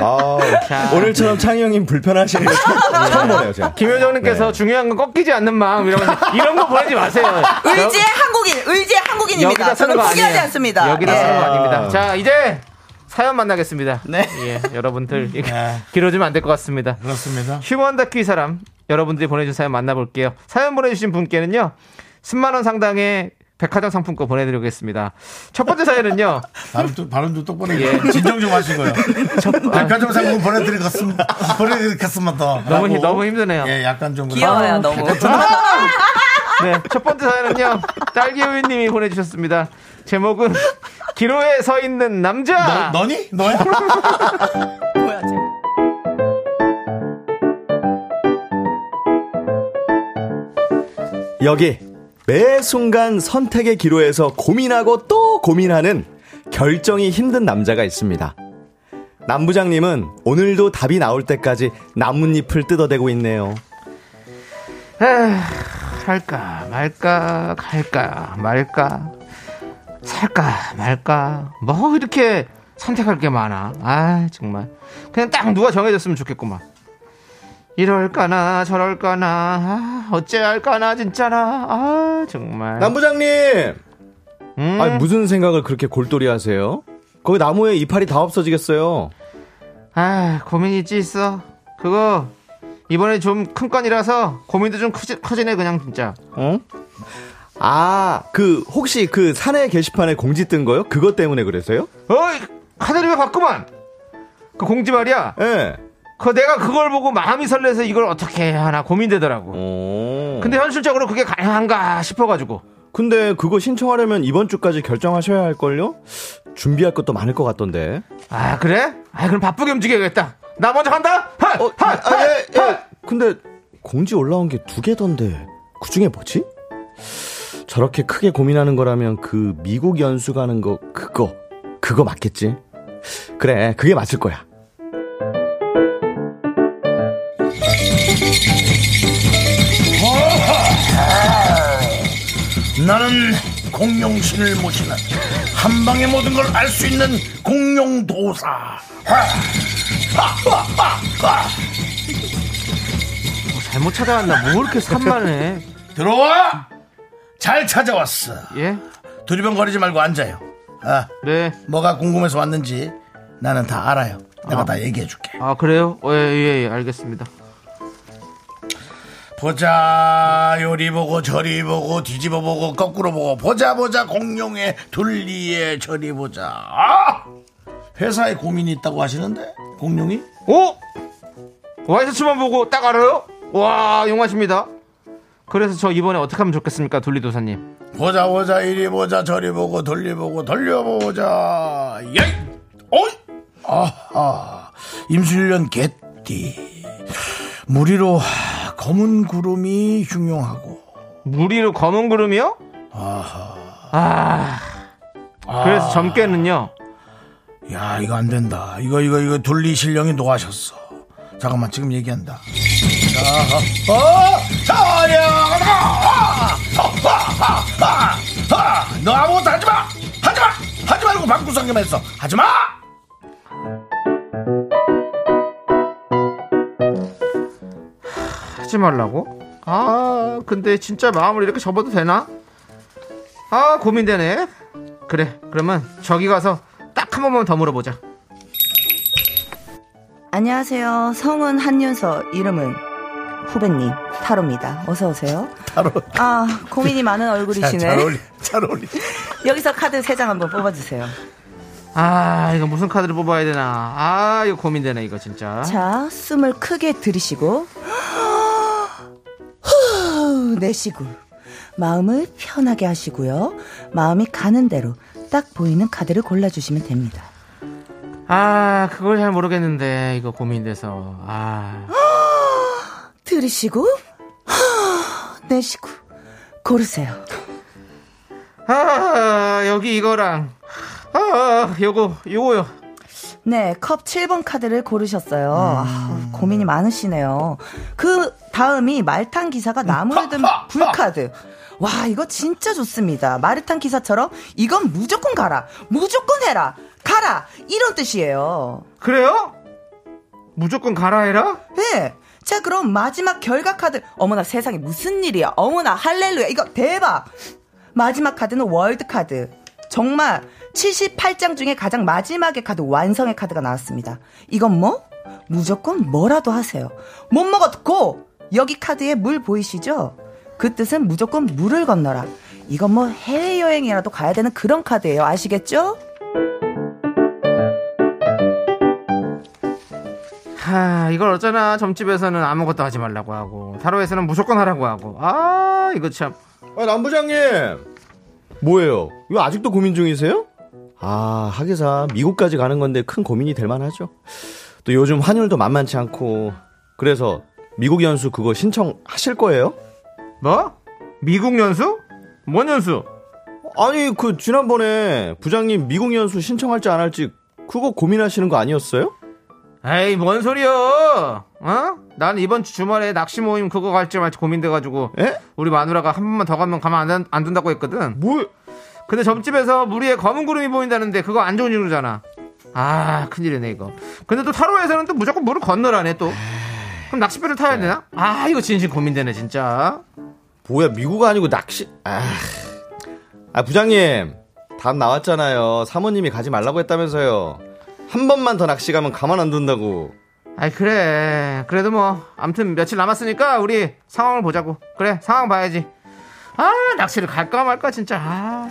H: 아,
D: 자.
H: 오늘처럼 창희 형님 불편하시는 거 처음, 처음 보네요, 제가.
D: 김효정님께서 중요한 건 꺾이지 않는 마음 이러면서 이런 거 보내지 마세요.
I: 의지의 한국인, 의지의 한국인입니다. 저는 포기하지 않습니다.
D: 여기다
I: 예.
D: 쓰는 거 아닙니다. 자 이제 사연 만나겠습니다.
I: 네. 음.
D: 예, 여러분들 이게
C: 네.
D: 길어지면 안 될 것 같습니다.
C: 그렇습니다.
D: 휴먼 다큐 이 사람 여러분들이 보내준 사연 만나볼게요. 사연 보내주신 분께는요 10만 원 상당의 백화점 상품권 보내드리겠습니다. 첫 번째 사연은요.
C: 발음도, 발음도 똑바로
D: 예.
C: 해. 진정 좀 하시고요. 백화점 상품 보내드리겠습니다. 보내드리겠습니다.
D: 너무 힘-
C: 라고.
D: 너무 힘드네요.
C: 예, 약간 좀.
I: 귀여워요, 너무.
D: 네, 첫 번째 사연은요. 딸기우유님이 보내주셨습니다. 제목은 기로에 서 있는 남자.
C: 너, 너니? 너야?
I: 뭐야, 쟤.
H: 여기 매 순간 선택의 기로에서 고민하고 또 고민하는 결정이 힘든 남자가 있습니다. 남부장님은 오늘도 답이 나올 때까지 나뭇잎을 뜯어대고 있네요.
D: 에휴, 할까 말까 갈까 말까 살까 말까 뭐 이렇게 선택할 게 많아 아 정말 그냥 딱 누가 정해줬으면 좋겠구만 이럴까나 저럴까나 아, 어째야 할까나 진짜나 아 정말 네.
H: 남부장님!
D: 음,
H: 아니, 무슨 생각을 그렇게 골똘히 하세요? 거기 나무에 이파리 다 없어지겠어요.
D: 아 고민 있지 있어 그거 이번에 좀 큰 건이라서 고민도 좀 크지, 커지네 그냥 진짜
H: 어? 아, 그, 혹시 그 사내 게시판에 공지 뜬 거요? 그것 때문에 그래서요?
D: 어이 카드를 왜 바꾸만 그 공지 말이야
H: 예.
D: 그 내가 그걸 보고 마음이 설레서 이걸 어떻게 해야 하나 고민되더라고
H: 오.
D: 근데 현실적으로 그게 가능한가 싶어가지고
H: 어. 근데 그거 신청하려면 이번 주까지 결정하셔야 할걸요? 준비할 것도 많을 것 같던데.
D: 아 그래? 아 그럼 바쁘게 움직여야겠다 나 먼저 간다 하!
H: 어,
D: 하!
H: 아,
D: 하!
H: 예, 예.
D: 하!
H: 근데 공지 올라온 게 두 개던데 그 중에 뭐지? 저렇게 크게 고민하는 거라면 그 미국 연수 가는 거 그거 그거 맞겠지? 그래 그게 맞을 거야.
C: 나는 공룡신을 모시는 한 방에 모든 걸 알 수 있는 공룡도사. 하! 하! 하! 하! 하!
D: 뭐 잘못 찾아왔나 뭐 이렇게 산만해
C: 들어와! 잘 찾아왔어.
D: 예? 네.
C: 두리번거리지 말고 앉아요. 아,
D: 그래
C: 뭐가 궁금해서 왔는지 나는 다 알아요. 내가 다 얘기해줄게.
D: 아 그래요? 어, 예, 예, 예, 알겠습니다.
C: 보자 요리 보고 저리 보고 뒤집어 보고 거꾸로 보고 보자 보자 공룡의 둘리에 저리 보자 아! 회사에 고민이 있다고 하시는데 공룡이
D: 오 와이셔츠만 보고 딱 알아요? 와 용하십니다. 그래서 저 이번에 어떻게 하면 좋겠습니까, 둘리 도사님?
C: 보자 보자 이리 보자 저리 보고 돌리 보고 돌려 보자 예이 어이 아하 임술련 개띠 무리로 검은 구름이 흉용하고
D: 무리로 검은 구름이요? 아 그래서
H: 아.
D: 점괘는요.
C: 야 이거 안 된다 이거 이거 이거 둘리 신령이 노하셨어 잠깐만 지금 얘기한다 자, 어, 자야하다 너 아무것도 하지마 하지마 하지 말고 방구석에만 있어 하지마
D: 하지 말라고? 아 근데 진짜 마음을 이렇게 접어도 되나? 아 고민되네. 그래 그러면 저기 가서 딱 한 번만 더 물어보자.
I: 안녕하세요. 성은 한윤서, 이름은 후배님 타로입니다. 어서 오세요.
C: 잘, 어울-
I: 아 고민이 많은
C: 잘, 잘
I: 얼굴이시네.
C: 어울리 아, 잘 어울리
I: 여기서 카드 세 장 한번 뽑아주세요.
D: 아 이거 무슨 카드를 뽑아야 되나? 아 이거 고민되네 이거 진짜.
I: 자 숨을 크게 들이쉬고 후 내쉬고 마음을 편하게 하시고요. 마음이 가는 대로 딱 보이는 카드를 골라주시면 됩니다.
D: 아, 그걸 잘 모르겠는데, 이거 고민돼서. 아.
I: 들이쉬고 후, 내쉬고 고르세요.
D: 아, 여기 이거랑. 아, 요거, 요거요.
I: 네, 컵 7번 카드를 고르셨어요. 아, 고민이 많으시네요. 그 다음이 말탄 기사가 나무를 든 불카드. 와, 이거 진짜 좋습니다. 마르탄 기사처럼 이건 무조건 가라. 무조건 해라. 가라. 이런 뜻이에요.
D: 그래요? 무조건 가라 해라?
I: 네. 자, 그럼 마지막 결과 카드. 어머나 세상에 무슨 일이야. 어머나 할렐루야. 이거 대박. 마지막 카드는 월드 카드. 정말 78장 중에 가장 마지막의 카드 완성의 카드가 나왔습니다. 이건 뭐? 무조건 뭐라도 하세요. 못 먹어도 고. 여기 카드에 물 보이시죠? 그 뜻은 무조건 물을 건너라. 이건 뭐 해외여행이라도 가야 되는 그런 카드예요. 아시겠죠?
D: 하, 이걸 어쩌나. 점집에서는 아무것도 하지 말라고 하고, 타로에서는 무조건 하라고 하고. 아, 이거 참.
H: 아, 남부장님 뭐예요? 이거 아직도 고민 중이세요? 아 하기사 미국까지 가는 건데 큰 고민이 될 만하죠. 또 요즘 환율도 만만치 않고 그래서 미국 연수 그거 신청하실 거예요?
D: 뭐? 미국 연수? 뭔 연수?
H: 아니 그 지난번에 부장님 미국 연수 신청할지 안 할지 그거 고민하시는 거 아니었어요?
D: 에이, 뭔 소리여! 어? 난 이번 주 주말에 낚시 모임 그거 갈지 말지 고민돼가지고,
H: 에?
D: 우리 마누라가 한 번만 더 가면 가만 안, 된- 안 둔다고 했거든.
H: 뭘?
D: 근데 점집에서 무리에 검은 구름이 보인다는데 그거 안 좋은 징후잖아. 아, 큰일이네 이거. 근데 또 타로에서는 또 무조건 물을 건너라네 또. 그럼 낚싯배를 타야 되나? 아 이거 진심 고민되네 진짜.
H: 뭐야 미국 아니고 낚시 아, 아 부장님 답 나왔잖아요 사모님이 가지 말라고 했다면서요 한 번만 더 낚시 가면 가만 안 둔다고
D: 아이 그래 그래도 뭐 아무튼 며칠 남았으니까 우리 상황을 보자고 그래 상황 봐야지 아 낚시를 갈까 말까 진짜 아.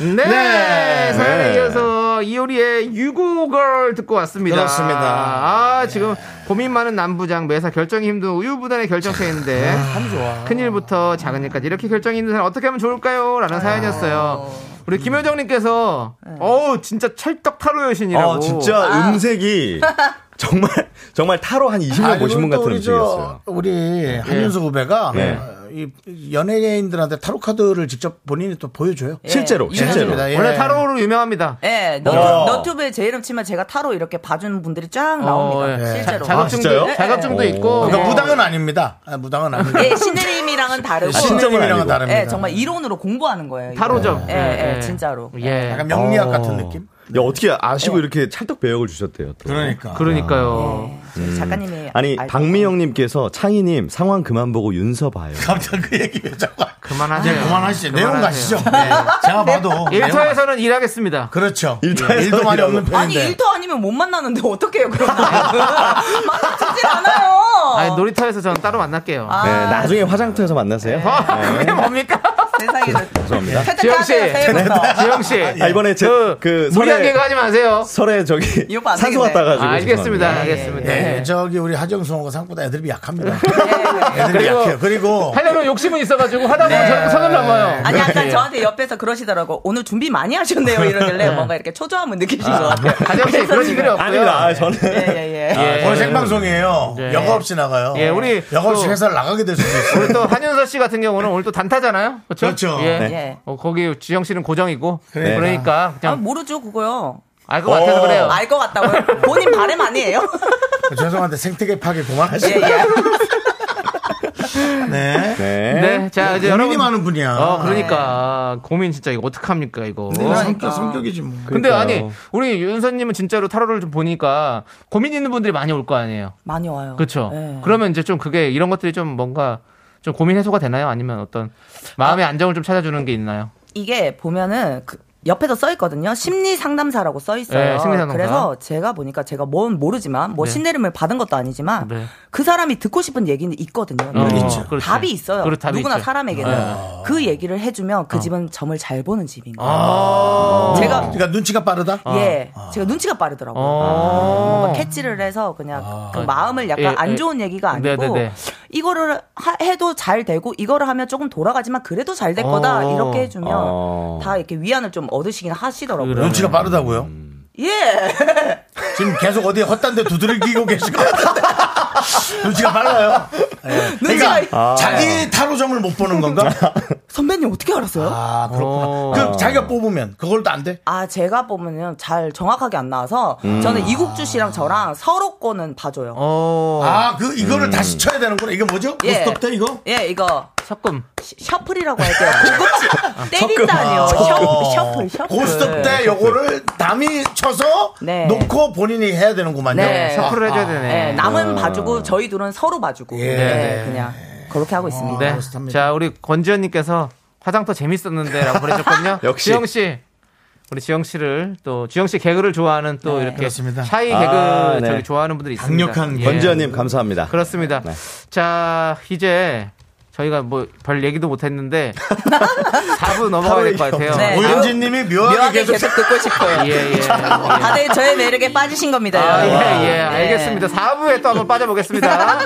D: 네,
H: 네.
D: 사연에 이어서 이효리의 유고걸 듣고 왔습니다
H: 그렇습니다.
D: 아 지금 고민 많은 남부장 매사 결정이 힘든 우유부단의 결정체인데
C: 참 좋아.
D: 큰 일부터 작은 일까지 이렇게 결정이 있는 사람 어떻게 하면 좋을까요? 라는 사연이었어요.
I: 아.
D: 우리 김효정님께서
I: 네.
D: 어우 진짜 찰떡 타로 여신이라고.
H: 어 진짜 음색이 정말 정말 타로 한 20년
C: 아니,
H: 보신 분
C: 또
H: 같은
C: 우리 저-
H: 음식이었어요
C: 우리 한윤수 후배가
H: 네.
C: 어, 이 연예인들한테 타로 카드를 직접 본인이 또 보여줘요.
H: 실제로 실제로
C: 예, 이해합니다. 예.
D: 원래 타로로 유명합니다.
I: 예,
H: 와.
I: 너튜, 너튜브에 제 이름 치면 제가 타로 이렇게 봐주는 분들이 쫙 나옵니다.
D: 어, 예.
I: 실제로. 네.
D: 자- 자격증도
H: 아, 진짜요?
D: 자격증도 있고.
C: 그러니까
D: 뭐.
C: 무당은 아닙니다. 아, 무당은 아닙니다.
I: 예, 신내림이랑은 다르고.
C: 아, 신정이랑은
H: 아니고.
C: 다릅니다.
I: 예, 정말 이론으로 공부하는 거예요. 이거.
D: 타로죠.
I: 예, 예, 진짜로.
D: 예.
C: 약간 명리학
H: 어.
C: 같은 느낌?
H: 아. 야 어떻게 아시고 이렇게 찰떡 배역을 주셨대요 또.
C: 그러니까.
D: 그러니까요.
I: 저희 작가님이
H: 아니
I: 예, 알고
H: 박미영님께서 창희님 상황 그만 보고 윤서 봐요
C: 갑자기 그 얘기 왜 자꾸.
D: 그만하세요.
C: 이제 그만하시죠. 내용 가시죠.
D: 그만하세요.
C: 네. 제가 봐도. 내용 가-
D: 1터에서는 일하겠습니다.
C: 그렇죠.
H: 일터에서
C: 일도 많이 없는
H: 일하고.
I: 아니
C: 편인데.
I: 일터 아니면 못 만나는데 어떻게 해요 그런 거 만나지질 않아요.
D: 아니 놀이터에서 저는 따로 만날게요.
I: 아.
H: 네, 나중에 화장터에서 만나세요
D: 아, 그게 뭡니까?
I: 세상에
H: 죄송합니다
I: 네.
D: 지영 씨. 네,
I: 세상에
D: 지영 씨.
H: 아, 이번에 제- 그
D: 무리한
H: 설에-
D: 개그 하지 마세요.
H: 설에 저기
I: 이 오빠 안
H: 산소
I: 되겠네.
H: 갔다 가지고
D: 아, 알겠습니다.
H: 죄송합니다.
D: 알겠습니다.
C: 예,
D: 예.
C: 저기 우리 하정수하고 상보다 애들이 약합니다. 애들이 약해요. 그리고
D: 하려면 욕심은 있어가지고 하다 보면 저렇게 선을 넘어요. 네.
I: 아니 약간 저한테 옆에서 그러시더라고 오늘 준비 많이 하셨네요 이러길래 뭔가 이렇게 초조함을 느끼신 것 같아요.
D: 네. 가정 씨 그런 일이 없고요.
H: 아닙니다 아, 저는
I: 예예예.
C: 아,
D: 예.
C: 오늘 생방송이에요.
D: 예.
C: 여가 없이 나가요.
D: 예, 우리
C: 여가 없이
D: 또-
C: 회사를 나가게 될 수도 있어요.
D: 우리 또 한윤서 씨 같은 경우는 오늘 또 단타잖아요. 그렇죠?
C: 그렇죠.
D: 예.
I: 예.
D: 어, 거기 지영 씨는 고정이고
C: 그러니까.
D: 그러니까
I: 아
D: 그냥
I: 모르죠 그거요.
D: 알 것 같아서 그래요.
I: 알 것 같다고요. 본인 바램 아니에요?
C: 죄송한데 생태계 파괴 그만하시죠.
I: 예예.
C: 네.
H: 네.
D: 네, 자
C: 고민이
D: 이제 여러분.
C: 많은 분이야.
D: 어, 그러니까 고민 진짜 이거 어떡 합니까 이거.
C: 근데 성격, 성격이지 뭐.
D: 근데
H: 그러니까요.
D: 아니 우리 윤서님은 진짜로 타로를 좀 보니까 고민 있는 분들이 많이 올 거 아니에요.
I: 많이 와요.
D: 그렇죠.
I: 예.
D: 그러면 이제 좀 그게 이런 것들이 좀 뭔가 좀 고민 해소가 되나요? 아니면 어떤 마음의 안정을 좀 찾아주는 게 있나요?
I: 이게 보면은 그 옆에도 써 있거든요. 심리 상담사라고 써 있어요.
D: 네, 심리 상담사.
I: 그래서 제가 보니까 제가 뭔 모르지만 뭐
D: 네.
I: 신내림을 받은 것도 아니지만
D: 네.
I: 그 사람이 듣고 싶은 얘기는 있거든요.
D: 어,
C: 있죠.
D: 그렇지.
I: 답이 있어요.
D: 그렇- 답이
I: 누구나
D: 있죠.
I: 사람에게는
D: 네. 어.
I: 그 얘기를 해주면 그 집은 점을 잘 보는 집인 거예요.
C: 아.
I: 제가-
C: 그러니까 눈치가 빠르다?
D: 아.
I: 예, 제가 눈치가
C: 아.
I: 빠르더라고요.
D: 어.
I: 캐치를 해서 그냥 그 마음을 약간
D: 예, 예.
I: 안 좋은 얘기가 아니고
D: 네네네.
I: 이거를 하- 해도 잘 되고 이거를 하면 조금 돌아가지만 그래도 잘 될 거다
D: 어.
I: 이렇게 해주면
H: 어.
I: 다 이렇게 위안을 좀 얻으시긴 하시더라고요.
D: 그래.
C: 눈치가 빠르다고요?
D: 음.
I: 예.
C: 지금 계속 어디에 헛단 데 두드리고 계실 것 같은데. 눈치가 빨라요. 예.
I: 눈치가-
D: 아.
C: 그러니까 자기 타로점을 못 보는 건가?
I: 선배님 어떻게 알았어요?
C: 아, 그렇구나. 그럼 자기가 뽑으면 그걸 또안 돼?
I: 아 제가 보면은 잘 정확하게 안 나와서 저는 이국주 씨랑 저랑 서로 거는 봐줘요.
D: 음. 어.
C: 아, 그, 이거를 다시 쳐야 되는구나. 이게 뭐죠?
I: 예.
C: 고스톱 때 이거?
I: 예 이거
D: 석금.
I: 시- 셔플이라고 할게요. 고급지 때린다니요.
C: 어.
I: 셔플 셔플 셔플.
D: 네.
C: 고스톱 때 요거를 남이 쳐서
I: 네.
C: 놓고 본인이 해야 되는구만요.
I: 네.
C: 아,
D: 셔플을 해줘야 되네. 어.
I: 예, 남은 봐주고 저희 둘은 서로 봐주고
C: 예.
I: 예, 그냥 그렇게 하고 있습니다.
D: 네.
C: 그렇습니다.
D: 자, 우리 권지현님께서 화장터 재밌었는데라고 보내셨거든요.
H: 역시.
D: 지영 씨. 우리 지영 씨를 또 지영 씨 개그를 좋아하는 또 이렇게
C: 네, 그렇습니다.
D: 샤이 개그
H: 아, 네.
D: 저기 좋아하는 분들이 있습니다. 예.
C: 강력한
H: 권지현님 감사합니다
D: 그렇습니다. 자, 이제 저희가 뭐 별 얘기도 못 했는데 4부 넘어가야 될 것 같아요.
I: 네.
C: 오윤진 님이 묘하게,
I: 묘하게
C: 계속.
I: 계속 듣고 싶어요.
D: 예, 예.
I: 다들 저의 매력에 빠지신 겁니다.
D: 아,
I: 여러분.
D: 예, 예.
I: 네.
D: 알겠습니다. 4부에 또 한번 빠져보겠습니다.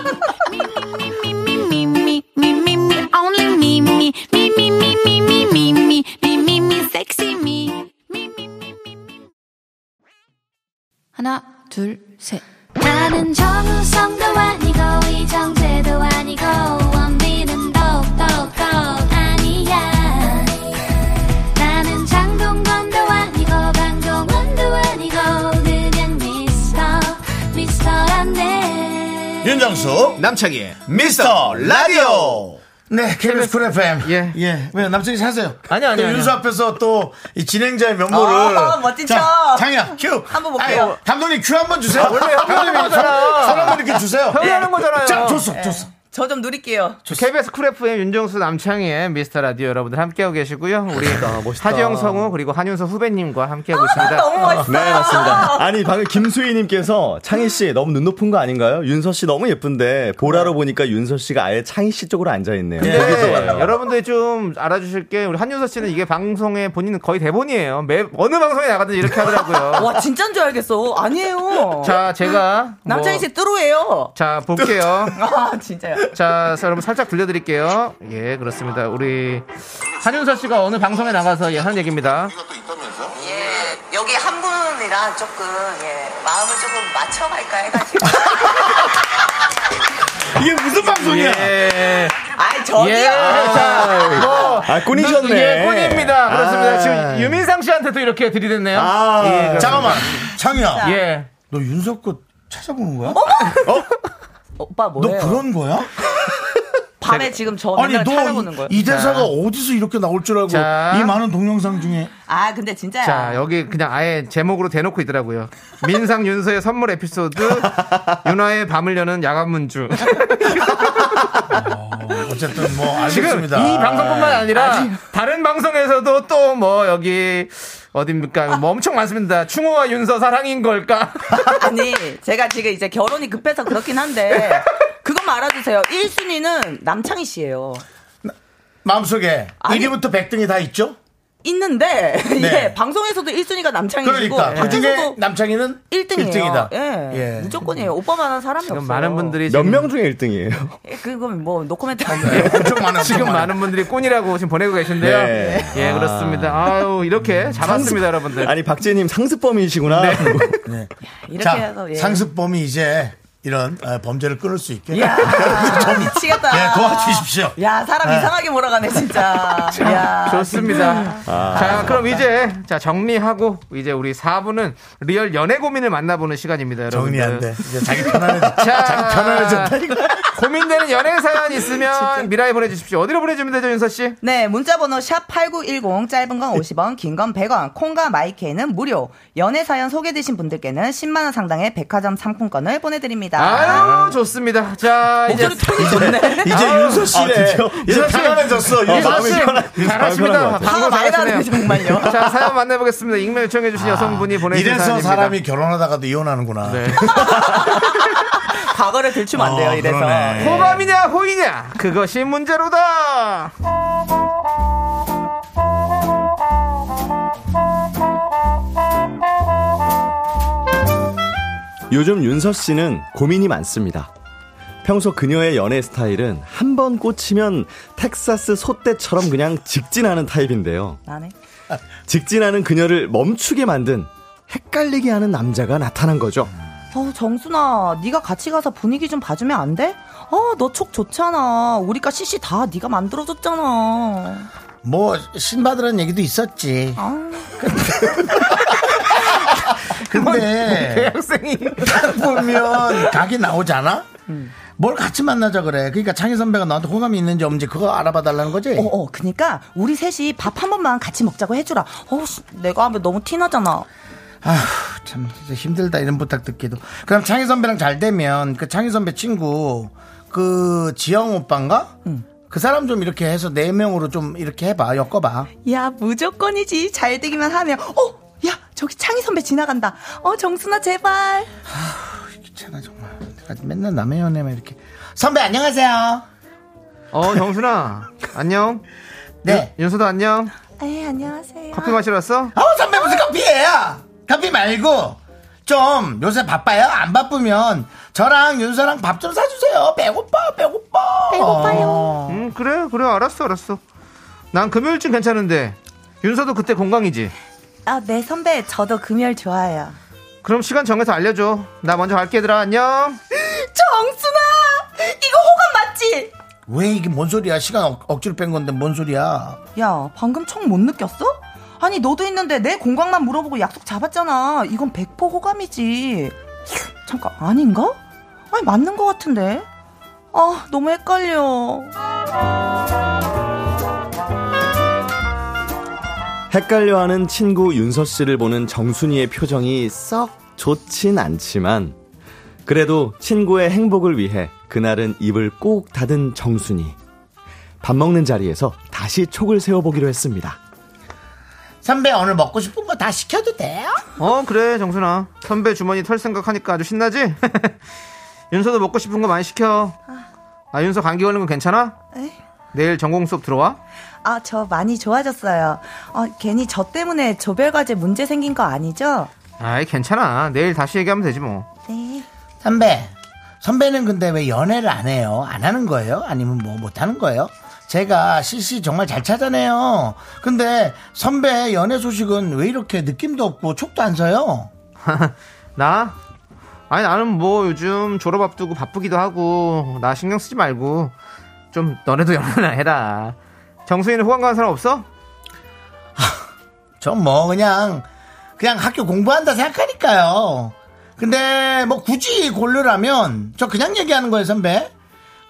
F: me, me, me, me, me, only me, me, me, me, me, me, me, me, me, me, me, me, sexy me. me, me, me, me, me. 하나, 둘, 셋. 나는 정우성도 아니고 이정재도 아니고 원빈은 더욱더 아니야 나는 장동건도 아니고 방종원도 아니고 그냥 미스터 미스터란데
C: 윤정수, 남창희, 미스터 라디오. 네, KBS 쿨 FM.
D: 예.
C: 예. 왜 남친이 사세요?
D: 아니, 아니,
C: 또
D: 아니.
C: 윤수 앞에서 또 이 진행자의 면모를.
I: 아, 멋진
C: 자,
I: 척.
C: 장이야, 큐.
I: 한번 볼게요.
C: 아니, 감독님 큐 한 번 주세요.
D: 원래 협의하는
C: 감독님,
D: 거잖아.
C: 사람 한번 이렇게 주세요. 예.
D: 협의하는 거잖아요.
C: 자, 줬어,
I: 예.
C: 줬어.
I: 저 좀 누릴게요.
D: KBS 쿨 FM 윤정수 남창희의 미스터 라디오 여러분들 함께하고 계시고요. 우리 하지영 성우 그리고 한윤서 후배님과 함께하고 있습니다.
I: 아, 너무 멋있어.
H: 네, 맞습니다. 아니, 방금 김수희님께서 창희씨 너무 눈 높은 거 아닌가요? 윤서씨 너무 예쁜데, 보라로 보니까 윤서씨가 아예 창희씨 쪽으로 앉아있네요. 되게
D: 네,
H: 좋아요.
D: 여러분들이 좀 알아주실 게 우리 한윤서 씨는 이게 방송에 본인은 거의 대본이에요. 매 어느 방송에 나가든지 이렇게 하더라고요.
I: 와, 진짜인 줄 알겠어. 아니에요.
D: 자, 제가 뭐-
I: 남창희 씨 뚜루예요.
D: 자 볼게요.
I: 아, 진짜요.
D: 자, 여러분 살짝 들려드릴게요. 예, 그렇습니다. 우리 한윤서 씨가 어느 방송에 나가서 예, 하는 얘기입니다.
J: 예, 여기 한 분이랑 조금, 예, 마음을 조금 맞춰갈까 해가지고.
C: 이게 무슨 방송이야?
D: 예,
I: 아이, 저기요.
D: 예, 자, 뭐
H: 아, 꾼이셨네.
D: 예, 꾼입니다. 그렇습니다.
H: 아.
D: 지금 유민상 씨한테도 이렇게 들이댔네요.
H: 아.
D: 예,
C: 잠깐만. 창이야.
D: 예.
C: 너 윤석 거 찾아보는 거야?
I: 오빠
C: 너
I: 뭐예요?
C: 그런 거야?
I: 밤에 지금 저
C: 아니,
I: 맨날 찾아보는
C: 너
I: 거예요.
C: 이 대사가 어디서 이렇게 나올 줄 알고
D: 자.
C: 이 많은 동영상 중에
I: 아, 근데 진짜야.
D: 자, 여기 그냥 아예 제목으로 대놓고 있더라고요. 민상 윤서의 선물 에피소드, 윤화의 밤을 여는 야간문주.
C: 어쨌든 뭐
D: 지금 이
C: 알겠습니다.
H: 아.
D: 방송뿐만 아니라 다른 방송에서도 또 뭐 여기 어딥니까? 뭐 엄청 많습니다. 충호와 윤서 사랑인 걸까?
I: 아니, 제가 지금 이제 결혼이 급해서 그렇긴 한데, 그것만 알아주세요. 1순위는 남창희 씨예요.
C: 마음속에
I: 아니.
C: 1위부터 100등이 다 있죠?
I: 있는데,
C: 네.
I: 예, 방송에서도 1순위가 남창희시고,
C: 그러니까 그 중에
I: 예. 그중에서도
C: 남창희는
I: 1등이에요.
C: 1등이다.
I: 예, 무조건이에요. 오빠만 한 사람이 없어요.
D: 많은 분들이
H: 몇
D: 지금,
H: 명 중에 1등이에요?
I: 예, 그건 뭐, 노코멘트
C: 예, 엄청 많아.
D: 지금 많은 분들이 꼰이라고 지금 보내고 계신데요.
H: 네.
D: 예,
C: 아.
D: 그렇습니다. 아유, 이렇게 잡았습니다, 여러분들.
H: 아니, 박재님 상습범이시구나.
I: 이렇게
C: 자,
I: 해서, 예.
C: 상습범이 이제 이런 어, 범죄를 끊을 수 있게
I: 야, 아, 네. 미치겠다.
C: 예, 도와주십시오.
I: 야, 사람 이상하게 몰아가네, 진짜. 야,
D: 좋습니다.
C: 아.
D: 자, 그럼 이제 자 정리하고 이제 우리 4부는 리얼 연애 고민을 만나보는 시간입니다, 여러분.
C: 정리 안 돼. 이제 자기 편안해졌.
D: 자.
C: 자기 편안해졌다니까.
D: 고민되는 연애 사연 있으면 미라에 보내주십시오. 어디로 보내주면 되죠, 윤서 씨?
I: 네, 문자번호 샵8910, 짧은 건 50원, 긴 건 100원, 콩과 마이케이는 무료. 연애사연 소개되신 분들께는 10만원 상당의 백화점 상품권을 보내드립니다.
D: 아유, 좋습니다. 자, 이제
I: 목소리 톤이 좋네.
C: 이제 윤서 씨래. 예, 이제
D: 윤서 씨.
C: 편안해졌어.
D: 예,
C: 윤서
H: 마음이
D: 사실
H: 편한- 마음이
D: 잘하십니다.
H: 편한 것 같아요.
D: 방금
I: 아, 말도 안
D: 잘하시네요.
I: 돼, 정말요.
D: 자, 사연 만나보겠습니다. 익명
H: 아,
D: 요청해주신 여성분이 보내주신
C: 이래서
D: 사연입니다.
C: 사람이 결혼하다가도 이혼하는구나.
D: 네.
I: 과거를 들추면 안 돼요,
C: 어,
I: 이래서.
C: 그러네.
D: 호감이냐 호이냐 그것이 문제로다.
H: 요즘 윤서 씨는 고민이 많습니다. 평소 그녀의 연애 스타일은 한 번 꽂히면 텍사스 소떼처럼 그냥 직진하는 타입인데요.
I: 나네.
H: 직진하는 그녀를 멈추게 만든 헷갈리게 하는 남자가 나타난 거죠.
I: 어, 정순아, 네가 같이 가서 분위기 좀 봐주면 안 돼? 어, 너 촉 좋잖아. 우리가 CC 다 네가 만들어줬잖아.
C: 뭐 신받으라는 얘기도 있었지.
I: 아.
C: 근데
D: 대학생이
C: 딱뭐 보면 각이 나오잖아. 뭘 같이 만나자 그래. 그러니까 창희 선배가 나한테 호감이 있는지 없는지 그거 알아봐 달라는 거지.
I: 어, 어, 그니까 우리 셋이 밥 한 번만 같이 먹자고 해주라. 어, 씨, 내가 하면 너무 티나잖아.
C: 아휴, 참 진짜 힘들다 이런 부탁 듣기도. 그럼 창희 선배랑 잘 되면 그 창희 선배 친구 그 지영 오빠인가? 그 사람 좀 이렇게 해서 네 명으로 좀 이렇게 해봐 엮어봐.
I: 야, 무조건이지. 잘 되기만 하면. 어, 야, 저기 창희 선배 지나간다. 어, 정순아, 제발.
C: 귀찮아 정말. 내가 맨날 남의 연애만 이렇게 선배 안녕하세요.
D: 어 정순아 안녕
C: 네.
D: 윤서도 안녕
I: 에, 네, 안녕하세요.
D: 커피 마시러 왔어?
C: 아우 선배 무슨 커피예요? 커피 말고 좀 요새 바빠요? 안 바쁘면 저랑 윤서랑 밥 좀 사주세요. 배고파 배고파. 배고파요.
D: 음 그래 그래 알았어 알았어 난 금요일쯤 괜찮은데 윤서도 그때 건강이지
I: 아, 네, 선배. 저도 금요일 좋아해요.
D: 그럼 시간 정해서 알려줘 나 먼저 갈게 얘들아 안녕
I: 정순아! 이거 호감 맞지?
C: 왜 이게 뭔 소리야? 시간 억, 억지로 뺀 건데 뭔 소리야?
I: 야, 방금 총 못 느꼈어? 아니, 너도 있는데 내 공강만 물어보고 약속 잡았잖아. 이건 100% 호감이지. 잠깐, 아닌가? 아니, 맞는 것 같은데. 아, 너무 헷갈려.
H: 헷갈려하는 친구 윤서 씨를 보는 정순이의 표정이 썩 좋진 않지만 그래도 친구의 행복을 위해 그날은 입을 꼭 닫은 정순이 밥 먹는 자리에서 다시 촉을 세워보기로 했습니다.
C: 선배 오늘 먹고 싶은 거 다 시켜도 돼요?
D: 어 그래 정순아 선배 주머니 털 생각하니까 아주 신나지? 윤서도 먹고 싶은 거 많이 시켜 아 윤서 감기 걸린 건 괜찮아?
I: 에이.
D: 내일 전공 수업 들어와?
I: 아, 저 많이 좋아졌어요. 어, 괜히 저 때문에 조별과제 문제 생긴 거 아니죠?
D: 아이 괜찮아 내일 다시 얘기하면 되지 뭐
I: 네.
C: 선배, 선배는 근데 왜 연애를 안 해요? 안 하는 거예요? 아니면 뭐 못하는 거예요? 제가 CC 정말 잘 찾아내요. 근데 선배 연애 소식은 왜 이렇게 느낌도 없고 촉도 안 서요?
D: 나? 아니 나는 뭐 요즘 졸업 앞두고 바쁘기도 하고 나 신경 쓰지 말고 좀 너네도 연애나 해라 정수이는 호감 가는 사람 없어?
C: 전 뭐 그냥 그냥 학교 공부한다 생각하니까요. 근데 뭐 굳이 고르라면 저 그냥 얘기하는 거예요, 선배.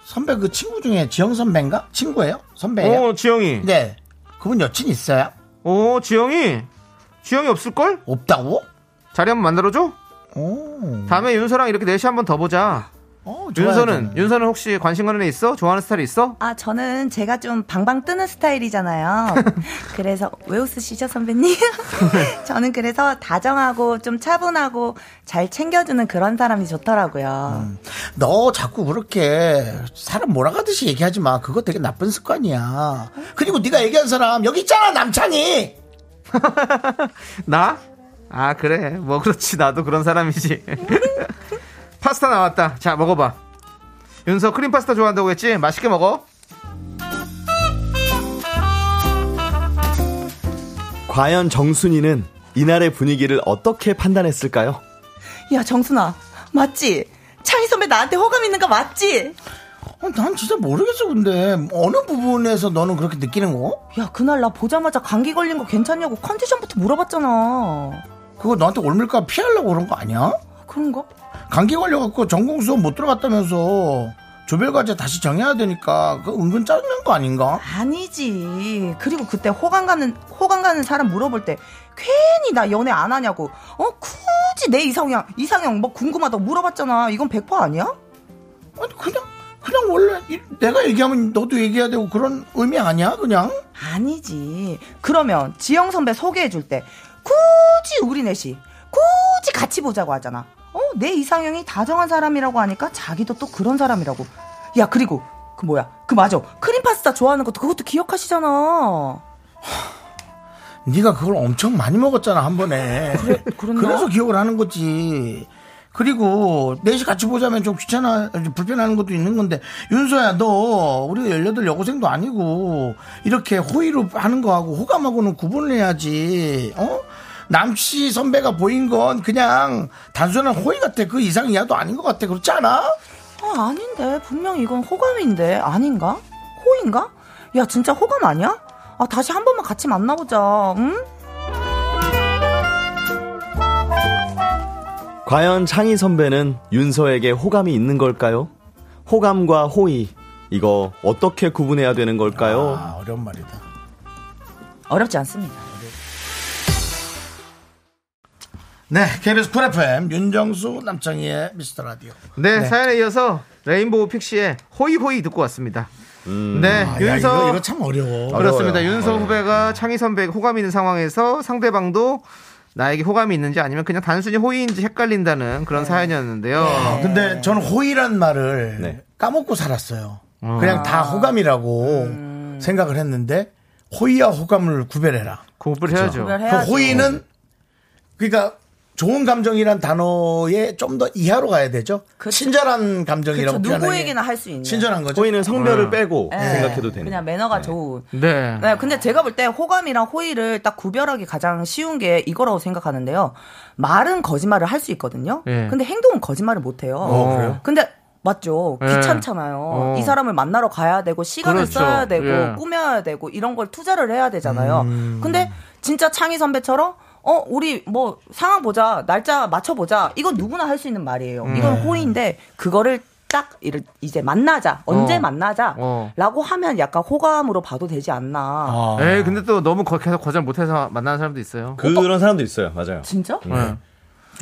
C: 선배 그 친구 중에 지영 선배인가? 친구예요? 선배예요?
D: 어 지영이
C: 네. 그분 여친 있어요?
D: 어 지영이 지영이 없을걸?
C: 없다고?
D: 자리 한번 만들어줘?
C: 오.
D: 다음에 윤서랑 이렇게 넷이 한번 더 보자
C: 어, 좋아요,
D: 윤서는
C: 저는.
D: 윤서는 혹시 관심 가는 애 있어? 좋아하는 스타일 있어?
I: 아, 저는 제가 좀 방방 뜨는 스타일이잖아요. 그래서, 왜 웃으시죠, 선배님? 저는 그래서 다정하고 좀 차분하고 잘 챙겨주는 그런 사람이 좋더라고요.
C: 너 자꾸 그렇게 사람 몰아가듯이 얘기하지 마. 그거 되게 나쁜 습관이야. 그리고 네가 얘기한 사람 여기 있잖아 남창이.
D: 나? 아 그래 뭐 그렇지 나도 그런 사람이지 파스타 나왔다 자 먹어봐 윤서 크림 파스타 좋아한다고 했지? 맛있게 먹어
H: 과연 정순이는 이날의 분위기를 어떻게 판단했을까요?
I: 야, 정순아, 맞지? 창희 선배 나한테 호감 있는 거 맞지?
C: 어, 난 진짜 모르겠어 근데 어느 부분에서 너는 그렇게 느끼는 거?
I: 야, 그날 나 보자마자 감기 걸린 거 괜찮냐고 컨디션부터 물어봤잖아.
C: 그거 너한테 올밀까 피하려고 그런 거 아니야?
I: 그런가?
C: 감기 걸려갖고 전공 수업 못 들어갔다면서 조별과제 다시 정해야 되니까 그 은근 짜증난 거 아닌가?
I: 아니지. 그리고 그때 호감 가는 호감 가는 사람 물어볼 때 괜히 나 연애 안 하냐고. 어 굳이 내 이상형 이상형 뭐 궁금하다고 물어봤잖아. 이건 100% 아니야?
C: 아니 그냥 그냥 원래 이- 내가 얘기하면 너도 얘기해야 되고 그런 의미 아니야 그냥?
I: 아니지. 그러면 지영 선배 소개해 줄 때 굳이 우리 넷이 굳이 같이 보자고 하잖아. 어 내 이상형이 다정한 사람이라고 하니까 자기도 또 그런 사람이라고. 야 그리고 그 뭐야 그 맞아 크림 파스타 좋아하는 것도 그것도 기억하시잖아.
C: 네가 그걸 엄청 많이 먹었잖아 한 번에.
I: 그랬나?
C: 래서 기억을 하는 거지. 그리고 넷이 같이 보자면 좀 귀찮아 불편하는 것도 있는 건데 윤서야 너 우리 18 여고생도 아니고 이렇게 호의로 하는 거하고 호감하고는 구분을 해야지. 어? 남씨 선배가 보인 건 그냥 단순한 호의 같아. 그 이상 이하도 아닌 것 같아. 그렇지 않아?
I: 아, 아닌데. 분명 이건 호감인데. 아닌가? 호인가? 야, 진짜 호감 아니야? 아, 다시 한 번만 같이 만나보자. 응?
H: 과연 창희 선배는 윤서에게 호감이 있는 걸까요? 호감과 호의 이거 어떻게 구분해야 되는 걸까요?
C: 아, 어려운 말이다.
I: 어렵지 않습니다.
C: 네, KBS 쿨 FM 윤정수 남창희의 미스터 라디오.
D: 네, 사연에 이어서 레인보우 픽시의 호이호이 듣고 왔습니다. 네,
C: 아, 야,
D: 윤서
C: 이거, 이거 참 어려워.
D: 그렇습니다. 윤서 후배가 창희 선배에게 호감이 있는 상황에서 상대방도 나에게 호감이 있는지 아니면 그냥 단순히 호의인지 헷갈린다는
C: 네.
D: 그런 사연이었는데요.
C: 아, 근데 저는 호의란 말을
H: 네.
C: 까먹고 살았어요. 그냥 다 호감이라고 생각을 했는데 호의와 호감을 구별해라.
D: 구업을 해야죠.
I: 구별해-
C: 그
I: 해야죠.
C: 호의는 그러니까 좋은 감정이란 단어에 좀 더 이하로 가야 되죠.
I: 그쵸.
C: 친절한 감정이라고
I: 그쵸,
C: 표현하는 게
I: 누구에게나 할 수 있는.
C: 친절한 거죠.
H: 호의는 성별을 빼고
I: 예.
H: 생각해도 되는.
I: 아, 그냥 매너가 좋은.
D: 네.
I: 네, 근데 제가 볼 때 호감이랑 호의를 딱 구별하기 가장 쉬운 게 이거라고 생각하는데요. 말은 거짓말을 할 수 있거든요.
D: 예.
I: 근데 행동은 거짓말을 못 해요.
D: 어, 그래요?
I: 근데 맞죠.
D: 예.
I: 귀찮잖아요.
D: 어.
I: 이 사람을 만나러 가야 되고 시간을
D: 그렇죠.
I: 써야 되고
D: 예. 음.
I: 꾸며야 되고 이런 걸 투자를 해야 되잖아요. 근데 진짜 창희 선배처럼 어 우리 뭐
D: 음.
I: 상황 보자 날짜 맞춰 보자 이건 누구나 할 수 있는 말이에요. 이건 호의인데 그거를 딱 이를 이제 만나자 언제
D: 어. 어.
I: 만나자라고 하면 약간 호감으로 봐도 되지 않나
C: 아.
D: 에이 예, 근데 또 너무 거- 계속 거절 못해서 만나는 사람도 있어요.
H: 그런 사람도 있어요. 맞아요.
I: 진짜
D: 네.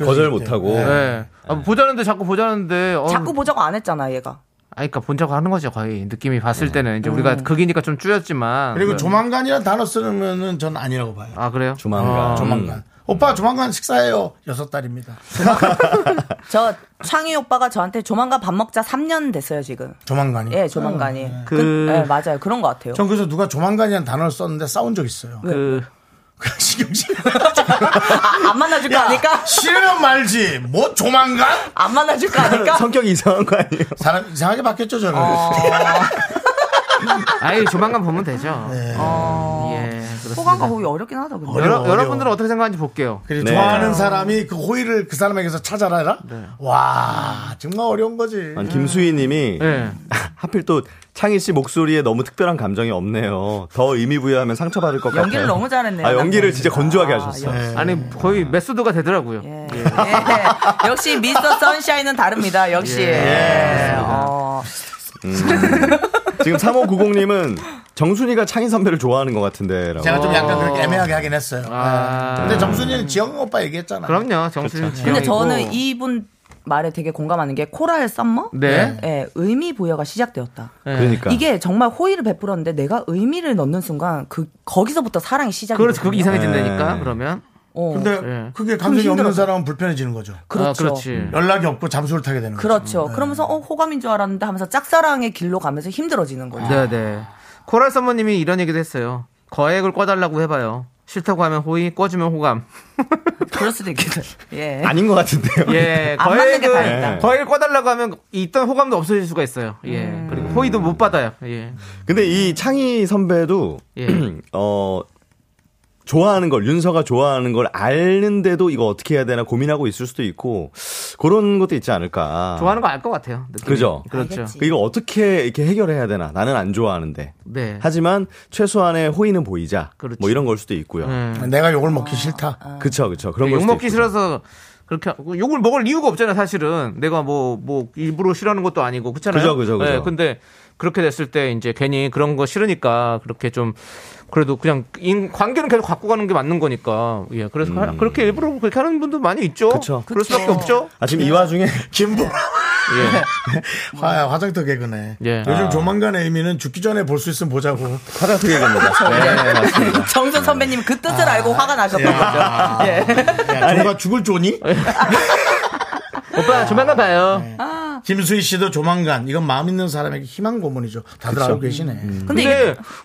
H: 거절 못하고.
D: 네. 아,
C: 예.
D: 보자는데 자꾸 보자는데 어,
I: 자꾸 보자고 안 했잖아 얘가
D: 아니, 그러니까 본자고 하는 거죠 거의 느낌이 봤을 때는 이제 우리가
I: 음.
D: 극이니까 좀 줄였지만
C: 예. 그리고
D: 네.
C: 조만간이라는 단어 쓰면은 전 아니라고 봐요.
D: 아 그래요?
H: 조만간.
C: 조만간. 오빠 조만간 식사해요. 여섯 달입니다.
I: 저 창희 오빠가 저한테 조만간 밥 먹자 3년 됐어요 지금
C: 조만간이. 음.
I: 예 조만간이 그...
D: 그-
I: 예, 맞아요 그런 것 같아요
C: 전 그래서 누가 조만간이라는 단어를 썼는데 싸운 적 있어요.
D: 그
C: 그냥 신경질.
I: 아, 안 만나줄 거 아니까
C: 싫으면 말지. 뭐 조만간?
I: 안 만나줄 거 아니까
H: 그러니까 성격이 이상한 거 아니에요?
C: 사람 이상하게 바뀌었죠 저는.
I: 어.
D: 아니 조만간 보면 되죠. 예. 그렇습니다.
I: 어. 호감과 호기 어렵긴 하다 근데
C: 어려워, 어려워.
D: 여러, 분들은 어떻게 생각하는지 볼게요.
C: 그리고
H: 네.
C: 좋아하는 사람이 그 호의를 그 사람에게서 찾아라.
D: 네.
C: 와 정말 어려운 거지.
H: 아니, 김수희님이
I: 네.
D: 예.
H: 하필 또 창희 씨 목소리에 너무 특별한 감정이 없네요. 더 의미 부여하면 상처받을 것 같아요.
I: 연기를 너무 잘했네요
H: 아, 연기를 진짜
I: 남편이.
H: 건조하게
I: 아,
H: 하셨어요.
C: 예.
D: 아니 거의 메소드가 되더라고요.
I: 예. 예. 역시 미스터 선샤인은 다릅니다. 역시. 예. 어.
H: 네. 지금 3590님은 정순이가 창희 선배를 좋아하는 것 같은데. 라고.
C: 제가 좀 약간 그렇게 애매하게 하긴 했어요.
D: 어. 아.
C: 네. 근데 정순이는 지영 오빠 얘기했잖아요.
D: 그럼요.
C: 그렇죠.
D: 정수진 지
I: 근데 저는 이분 말에 되게 공감하는 게 코랄 썸머?
D: 네. 예.
I: 예, 의미 부여가 시작되었다.
H: 그러니까.
I: 네. 이게 정말 호의를 베풀었는데 내가 의미를 넣는 순간 그 거기서부터 사랑이 시작이
D: 그렇죠. 그게 이상해진다니까
C: 예.
H: 네.
D: 그러면.
I: 어.
C: 근데
D: 예.
C: 그게 감정이
I: 그럼 힘들어.
C: 없는 사람은 불편해지는 거죠.
I: 그렇죠.
D: 아, 그렇지.
C: 연락이 없고 잠수를 타게 되는 거죠.
I: 그렇죠. 그러면서 어 호감인 줄 알았는데 하면서 짝사랑의 길로 가면서 힘들어지는 거죠.
D: 네, 네. 코랄 선모님이 이런 얘기도 했어요. 거액을 꿔달라고 해봐요. 싫다고 하면 호의, 꿔주면 호감.
I: 그럴 수도 있겠다. 예.
H: 아닌 것 같은데요.
D: 예,
I: 안 맞는 게 다행이다.
H: 네.
D: 거액을 꿔달라고 하면 있던 호감도 없어질 수가 있어요. 예,
I: 음.
D: 그리고 호의도 못 받아요. 예,
H: 근데 이 창희 선배도
D: 예.
I: 음.
H: 어 좋아하는 걸 윤서가 좋아하는 걸 아는데도 이거 어떻게 해야 되나 고민하고 있을 수도 있고 그런 것도 있지 않을까.
D: 좋아하는 거 알 것 같아요. 느낌이.
H: 그죠?
D: 그렇죠.
I: 알겠지.
H: 이거 어떻게 이렇게 해결해야 되나? 나는 안 좋아하는데.
D: 네.
H: 하지만 최소한의 호의는 보이자.
D: 그렇지.
H: 뭐 이런 걸 수도 있고요.
D: 음.
C: 내가 욕을 먹기
I: 아.
C: 싫다.
H: 그쵸, 그쵸. 그런 걸
D: 욕
H: 수도
D: 먹기
H: 있고요.
D: 싫어서 그렇게 하고 욕을 먹을 이유가 없잖아요, 사실은. 내가 뭐 뭐 일부러 싫어하는 것도 아니고 그렇잖아요.
H: 그죠, 그죠, 그죠.
D: 예, 근데 그렇게 됐을 때 이제 괜히 그런 거 싫으니까 그렇게 좀 그래도 그냥 인- 관계는 계속 갖고 가는 게 맞는 거니까. 예. 그래서 하- 그렇게 일부러 그렇게 하는 분도 많이 있죠.
H: 음. 그쵸.
D: 럴 수밖에 없죠.
H: 아, 지금 이 와중에
C: 김보라
D: 예.
C: 화, 화장터 개그네.
D: 예.
C: 요즘 조만간의 의미는 죽기 전에 볼 수 있으면 보자고.
H: 화가 크게 됩니다. 네, 맞습니다.
I: 정선 선배님 그 뜻을 알고 화가 나셨던
D: 아.
I: 거죠. 예.
C: 아. 야, 조가 죽을 조니?
D: 아, 오빠 조만간 봐요.
I: 네.
C: 김수희 씨도 조만간 이건 마음 있는 사람에게 희망 고문이죠. 다들 알고 계시네.
H: 음.
I: 근데 이게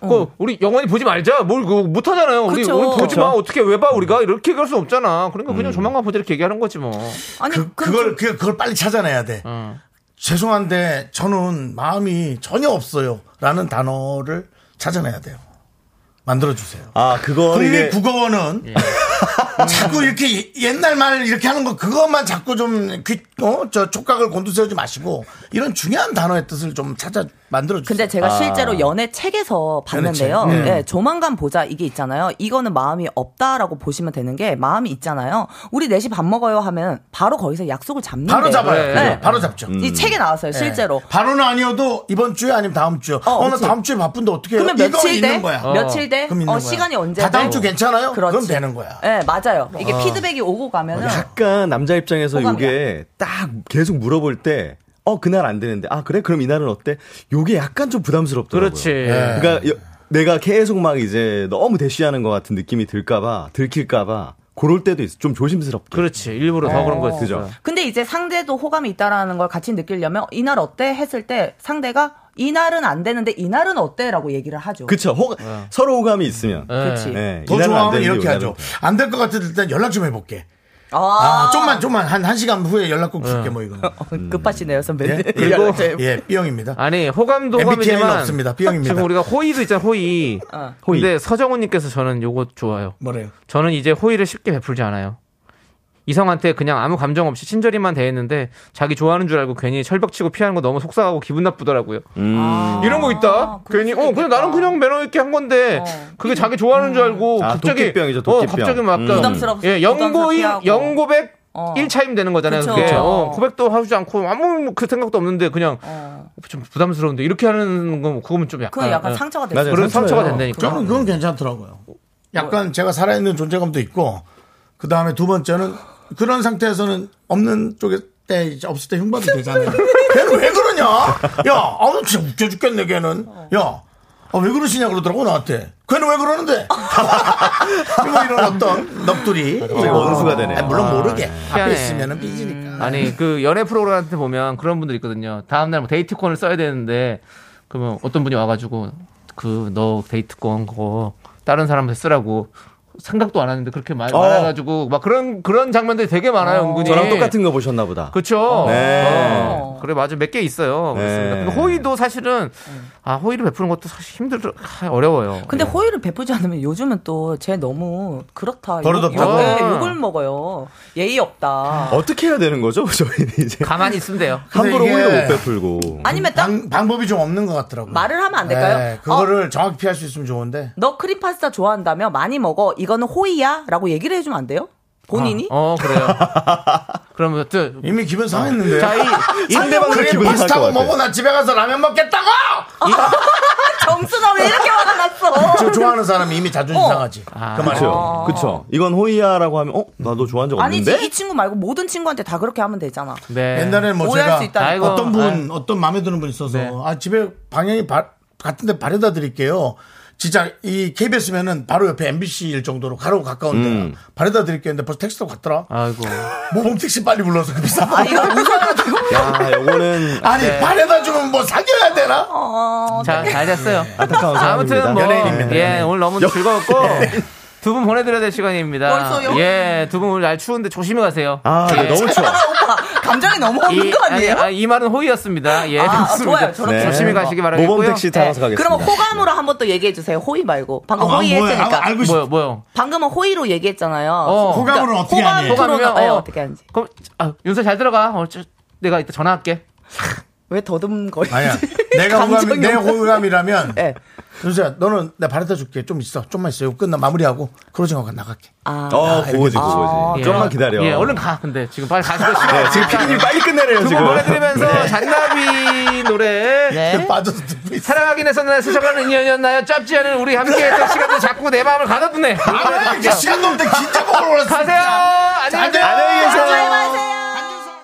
I: 어.
D: 근데 그 우리 영원히 보지 말자. 뭘 그거 못 하잖아요. 우리,
I: 그쵸.
D: 우리 보지 마. 어떻게 왜 봐? 우리가 이렇게 얘기할 수 없잖아. 그러니까
H: 음.
D: 그냥 조만간 보자 이렇게 얘기하는 거지 뭐.
I: 아니
C: 그,
I: 그럼
C: 그걸 그, 그걸 빨리 찾아내야 돼.
D: 어.
C: 죄송한데 저는 마음이 전혀 없어요라는 단어를 찾아내야 돼요. 만들어 주세요.
H: 아, 그거 이게 예.
C: 국립국어원은 자꾸 이렇게 예- 옛날 말 이렇게 하는 거 그것만 자꾸 좀귀어저 촉각을 곤두세우지 마시고 이런 중요한 단어의 뜻을 좀 찾아 만들어 주세요.
I: 근데 제가 실제로 연애 책에서 봤는데요.
C: 연애 책, 네.
I: 예, 조만간 보자 이게 있잖아요. 이거는 마음이 없다라고 보시면 되는 게 마음이 있잖아요. 우리 넷이 밥 먹어요 하면 바로 거기서 약속을 잡는
C: 바로
I: 거예요.
C: 잡아요.
D: 네.
C: 그죠? 바로 잡죠.
H: 음.
I: 이 책에 나왔어요,
C: 예.
I: 예. 실제로.
C: 바로는 아니어도 이번 주에 아니면 다음 주요.
I: 어,
C: 어, 나
I: 그치.
C: 다음 주에 바쁜데 어떻게 해요?
I: 그러면
C: 이거
I: 며칠 돼?
C: 있는 거야.
I: 며칠 돼?
C: 그럼 있는
I: 어,
C: 거야.
I: 시간이 언제 돼?
C: 다다음 주 괜찮아요?
I: 그렇지.
C: 럼 되는 거야. 어.
I: 예, 맞아요. 이게 피드백이 오고 가면은
H: 약간 남자 입장에서
I: 호감이야.
H: 요게 딱 계속 물어볼 때 어, 그날 안 되는데. 아, 그래? 그럼 이날은 어때? 요게 약간 좀 부담스럽더라고요.
D: 그렇지.
I: 예.
C: 예.
H: 그러니까 여- 내가 계속 막 이제 너무 대쉬하는 것 같은 느낌이 들까봐 들킬까봐 그럴 때도 있어. 좀 조심스럽게.
D: 그렇지.
C: 아,
D: 일부러
B: 아,
D: 더
H: 네.
D: 그런 거지.
H: 그죠.
I: 근데 이제 상대도 호감이 있다라는 걸 같이 느끼려면 이날 어때 했을 때 상대가 이날은 안 되는데 이날은 어때라고 얘기를 하죠.
H: 그쵸. 호, 서로 호감이 있으면.
I: 그렇지.
H: 예,
C: 더
H: 이날은 안
C: 좋아하면
H: 되는데
C: 이렇게
H: 이날은
C: 하죠.
H: 돼.
C: 안 될 것 같을 땐 연락 좀 해볼게.
I: 아,
C: 아, 좀만, 좀만. 한, 한 시간 후에 연락 꼭
H: 어.
C: 줄게, 뭐, 이거는.
I: 급하시네요, 선배님.
C: 예?
D: 그리고
C: 예, B형입니다.
D: 아니 호감도
C: MBTI 는
D: 호감이지만
C: 없습니다. B형입니다.
D: 지금 우리가 호의도 있잖아 호의.
I: 어.
D: 근데 서정훈님께서 저는 요거 좋아요.
C: 뭐래요?
D: 저는 이제 호의를 쉽게 베풀지 않아요. 이성한테 그냥 아무 감정 없이 친절히만 대했는데 자기 좋아하는 줄 알고 괜히 철벽치고 피하는 거 너무 속상하고 기분 나쁘더라고요.
C: 음.
H: 아,
D: 음. 이런 거 있다.
I: 아, 그럴
D: 괜히
I: 수도
D: 어 그냥
I: 있겠다. 어.
D: 나는 그냥 매너 있게 한 건데 그게 자기 좋아하는 줄 알고
H: 아,
D: 갑자기
H: 도끼병이죠,
D: 어
H: 도끼병.
D: 갑자기 막
H: 음.
D: 약간
I: 부담스럽-
D: 예 영고인
I: 부담스럽게 하고.
D: 영고백
I: 어.
D: 1차임 되는 거잖아요.
I: 그쵸.
D: 그게
I: 어.
D: 고백도 하지 않고 아무 그 생각도 없는데 그냥
I: 어.
D: 좀 부담스러운데 이렇게 하는 건 그거면 좀 약간
I: 그건 약간
D: 예.
I: 상처가 됐어.
C: 그렇죠.
H: 맞아요.
D: 그런 상처가
H: 상처예요.
D: 된다니까.
C: 저는 그건 괜찮더라고요. 약간 제가 살아있는 존재감도 있고, 그 다음에 두 번째는 그런 상태에서는 없는 쪽에 때 이제 없을 때 흉봐도 되잖아요. 걔는 왜 그러냐? 야, 아우 진짜 웃겨 죽겠네 걔는. 야, 아, 왜 그러시냐 그러더라고 나한테. 걔는 왜 그러는데? 뭐 이런 어떤 넋두리.
H: 원수가 되네요.
C: 아, 물론 모르게 앞에
D: 희한해.
C: 있으면은 삐지니까.
I: 네.
D: 아니 그 연애 프로그램한테 보면 그런 분들 있거든요. 다음 날뭐 데이트권을 써야 되는데 그러면 어떤 분이 와가지고 그 너 데이트권 그거 다른 사람한테 쓰라고 생각도 안 하는데 그렇게 말,
H: 어.
D: 말해가지고 막 그런 그런 장면들이 되게 많아요.
I: 어.
D: 은근히
H: 저랑 똑같은 거 보셨나 보다.
D: 네. 그렇죠.
H: 네.
D: 어. 그래 맞아 몇 개 있어요.
H: 네.
D: 그렇습니다. 근데 호의도 사실은 아 호의를 베푸는 것도 사실 힘들 아, 어려워요.
I: 네. 근데
D: 예.
I: 호의를 베푸지 않으면 요즘은 또 쟤 너무 그렇다.
C: 버릇없다고?
I: 욕- 네,
D: 어.
I: 욕을 먹어요. 예의 없다.
H: 어떻게 해야 되는 거죠? 저희는 이제
D: 예. 가만히 있으면 돼요.
H: 함부로
C: 근데 이게
H: 호의를 못 베풀고.
I: 아니면 딱
C: 방, 방법이 좀 없는 것 같더라고요.
I: 말을 하면 안 될까요? 어,
C: 네, 그거를 정확히 피할 수 있으면 좋은데.
I: 너 크림파스타 좋아한다며 많이 먹어. 이거는 호의야? 라고 얘기를 해주면 안 돼요? 본인이?
D: 어 그래요. 그러면 또
C: 이미 기분 상했는데요.
D: 자, 이,
H: 상대방도 기분 상할 것
C: 파스타고
H: 같아요.
C: 먹어 나 집에 가서 라면 먹겠다고.
I: 어. 정수가 왜 이렇게 화가
C: 저
I: 났어?
C: 좋아하는 사람이 이미 자존심
I: 어.
C: 상하지.
D: 아.
C: 그 말이죠.
H: 그렇죠. 그렇죠. 이건 호의야라고 하면 어, 나도 좋아한 적
I: 아니지,
H: 없는데.
I: 이 친구 말고 모든 친구한테 다 그렇게 하면 되잖아.
D: 네.
C: 옛날에는 뭐
I: 오해할
C: 제가
I: 수 있다니까.
D: 아이고,
C: 어떤 분
H: 네.
D: 아이.
C: 어떤 마음에 드는 분 있어서
D: 네.
C: 아 집에 방향이 바- 같은데 바래다 드릴게요. 진짜 이 KBS면은 바로 옆에 MBC일 정도로 가로 가까운데
H: 음.
C: 바래다 드릴게요. 근데 벌써 택시 타고 갔더라.
D: 아이고.
C: 모범 택시 빨리 불러서 그 비싼 거.
I: 아, 이거 웃어야 돼.
H: 야, 요거는
C: 아니 바래다 주면 뭐 사귀어야 되나?
D: 자, 잘 됐어요.
H: 안타까운 상황입니다.
D: 아무튼 뭐
C: 연예인입니다,
D: 예, 오늘 너무 즐거웠고 두 분 보내드려야 될 시간입니다.
I: 벌써요?
D: 예, 두 분 오늘 날 추운데 조심히 가세요. 예.
H: 아, 네, 너무 추워.
I: 오빠, 감정이 너무 없는
D: 이,
I: 거
D: 아니,
I: 아니에요?
D: 아, 이 말은 호의였습니다. 예,
I: 아,
D: 좋습니다.
I: 좋아요. 저렇게
D: 조심히
H: 되는 거.
D: 가시기 바라겠고요.
H: 네. 모범 택시 타서 가겠습니다.
I: 네. 그러면 호감으로 한 번 또 얘기해주세요. 호의 말고. 방금
C: 아,
I: 호의
C: 뭐야.
I: 했으니까.
C: 아, 알고 싶어.
D: 뭐요, 뭐요?
I: 방금은 호의로 얘기했잖아요. 그러니까
D: 어.
C: 호감으로는 어떻게 하니?
I: 호감으로
D: 호감이면,
I: 어.
D: 어.
I: 어떻게 하는지.
D: 그럼 아, 윤서 잘 들어가. 어, 저, 내가 이따 전화할게.
I: 왜 더듬거리지?
C: 아니야. 내가 호감,
I: 감정이
C: 내
I: 없는-
C: 호감이라면.
I: 예.
C: 윤수야, 너는 내 바래다 줄게. 좀 있어. 좀만 있어. 이거 끝나 마무리하고. 그러지 않고 나갈게.
I: 아,
H: 어, 그거지,
D: 예.
H: 그거지. 좀만 기다려.
D: 예, 얼른 가. 근데 지금 빨리 가시고 싶어.
H: 네, 지금 피디님 빨리 끝내래요,
D: 두분
H: 지금.
D: 보내드리면서 잔나비 노래
I: 네.
C: 그 빠져서 듣고 있어.
D: 사랑하긴 했었나 스쳐가는 인연이었나요? 짧지 않은 우리 함께했던 시간들 자꾸 내 마음을 가다듬네.
C: 아, 이렇게 시간도 없는데 긴장 먹으러 올랐어.
D: 가세요. 안녕히 계세요.
C: 안녕히 계세요.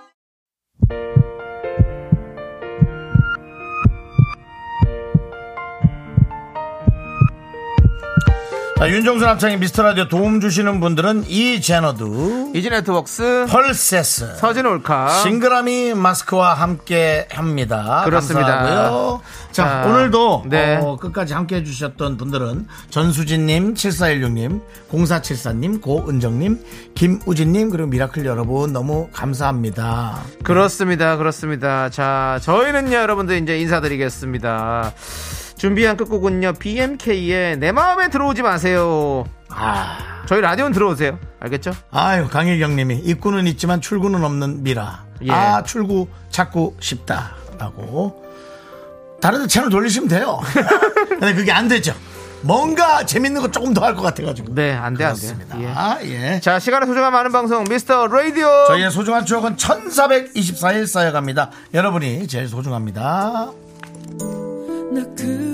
C: 자, 윤정수 남창의 미스터라디오 도움 주시는 분들은 이제너두,
D: 이지 네트웍스
C: 펄세스,
D: 서진 올카
C: 싱그라미 마스크와 함께 합니다.
D: 아. 그렇습니다.
C: 감사하고요. 자,
D: 자,
C: 오늘도
D: 네.
C: 어, 끝까지 함께 해주셨던 분들은 전수진님, 7416님, 0474님, 고은정님, 김우진님, 그리고 미라클 여러분 너무 감사합니다.
D: 그렇습니다. 그렇습니다. 자, 저희는요, 여러분들 이제 인사드리겠습니다. 준비한 끝곡은요, BMK의 내 마음에 들어오지 마세요.
C: 아,
D: 저희 라디오는 들어오세요. 알겠죠?
C: 아유, 강일경님이 입구는 있지만 출구는 없는 미라.
D: 예.
C: 아, 출구 찾고 싶다라고. 다른 데 채널 돌리시면 돼요. 근데 그게 안 되죠. 뭔가 재밌는 거 조금 더 할 것 같아가지고.
D: 네, 안 돼, 안 돼.
C: 그렇습니다.
D: 예.
C: 아, 예.
D: 자, 시간의 소중한 많은 방송, 미스터 라디오.
C: 저희의 소중한 추억은 1424일 쌓여갑니다. 여러분이 제일 소중합니다.
F: 나 그대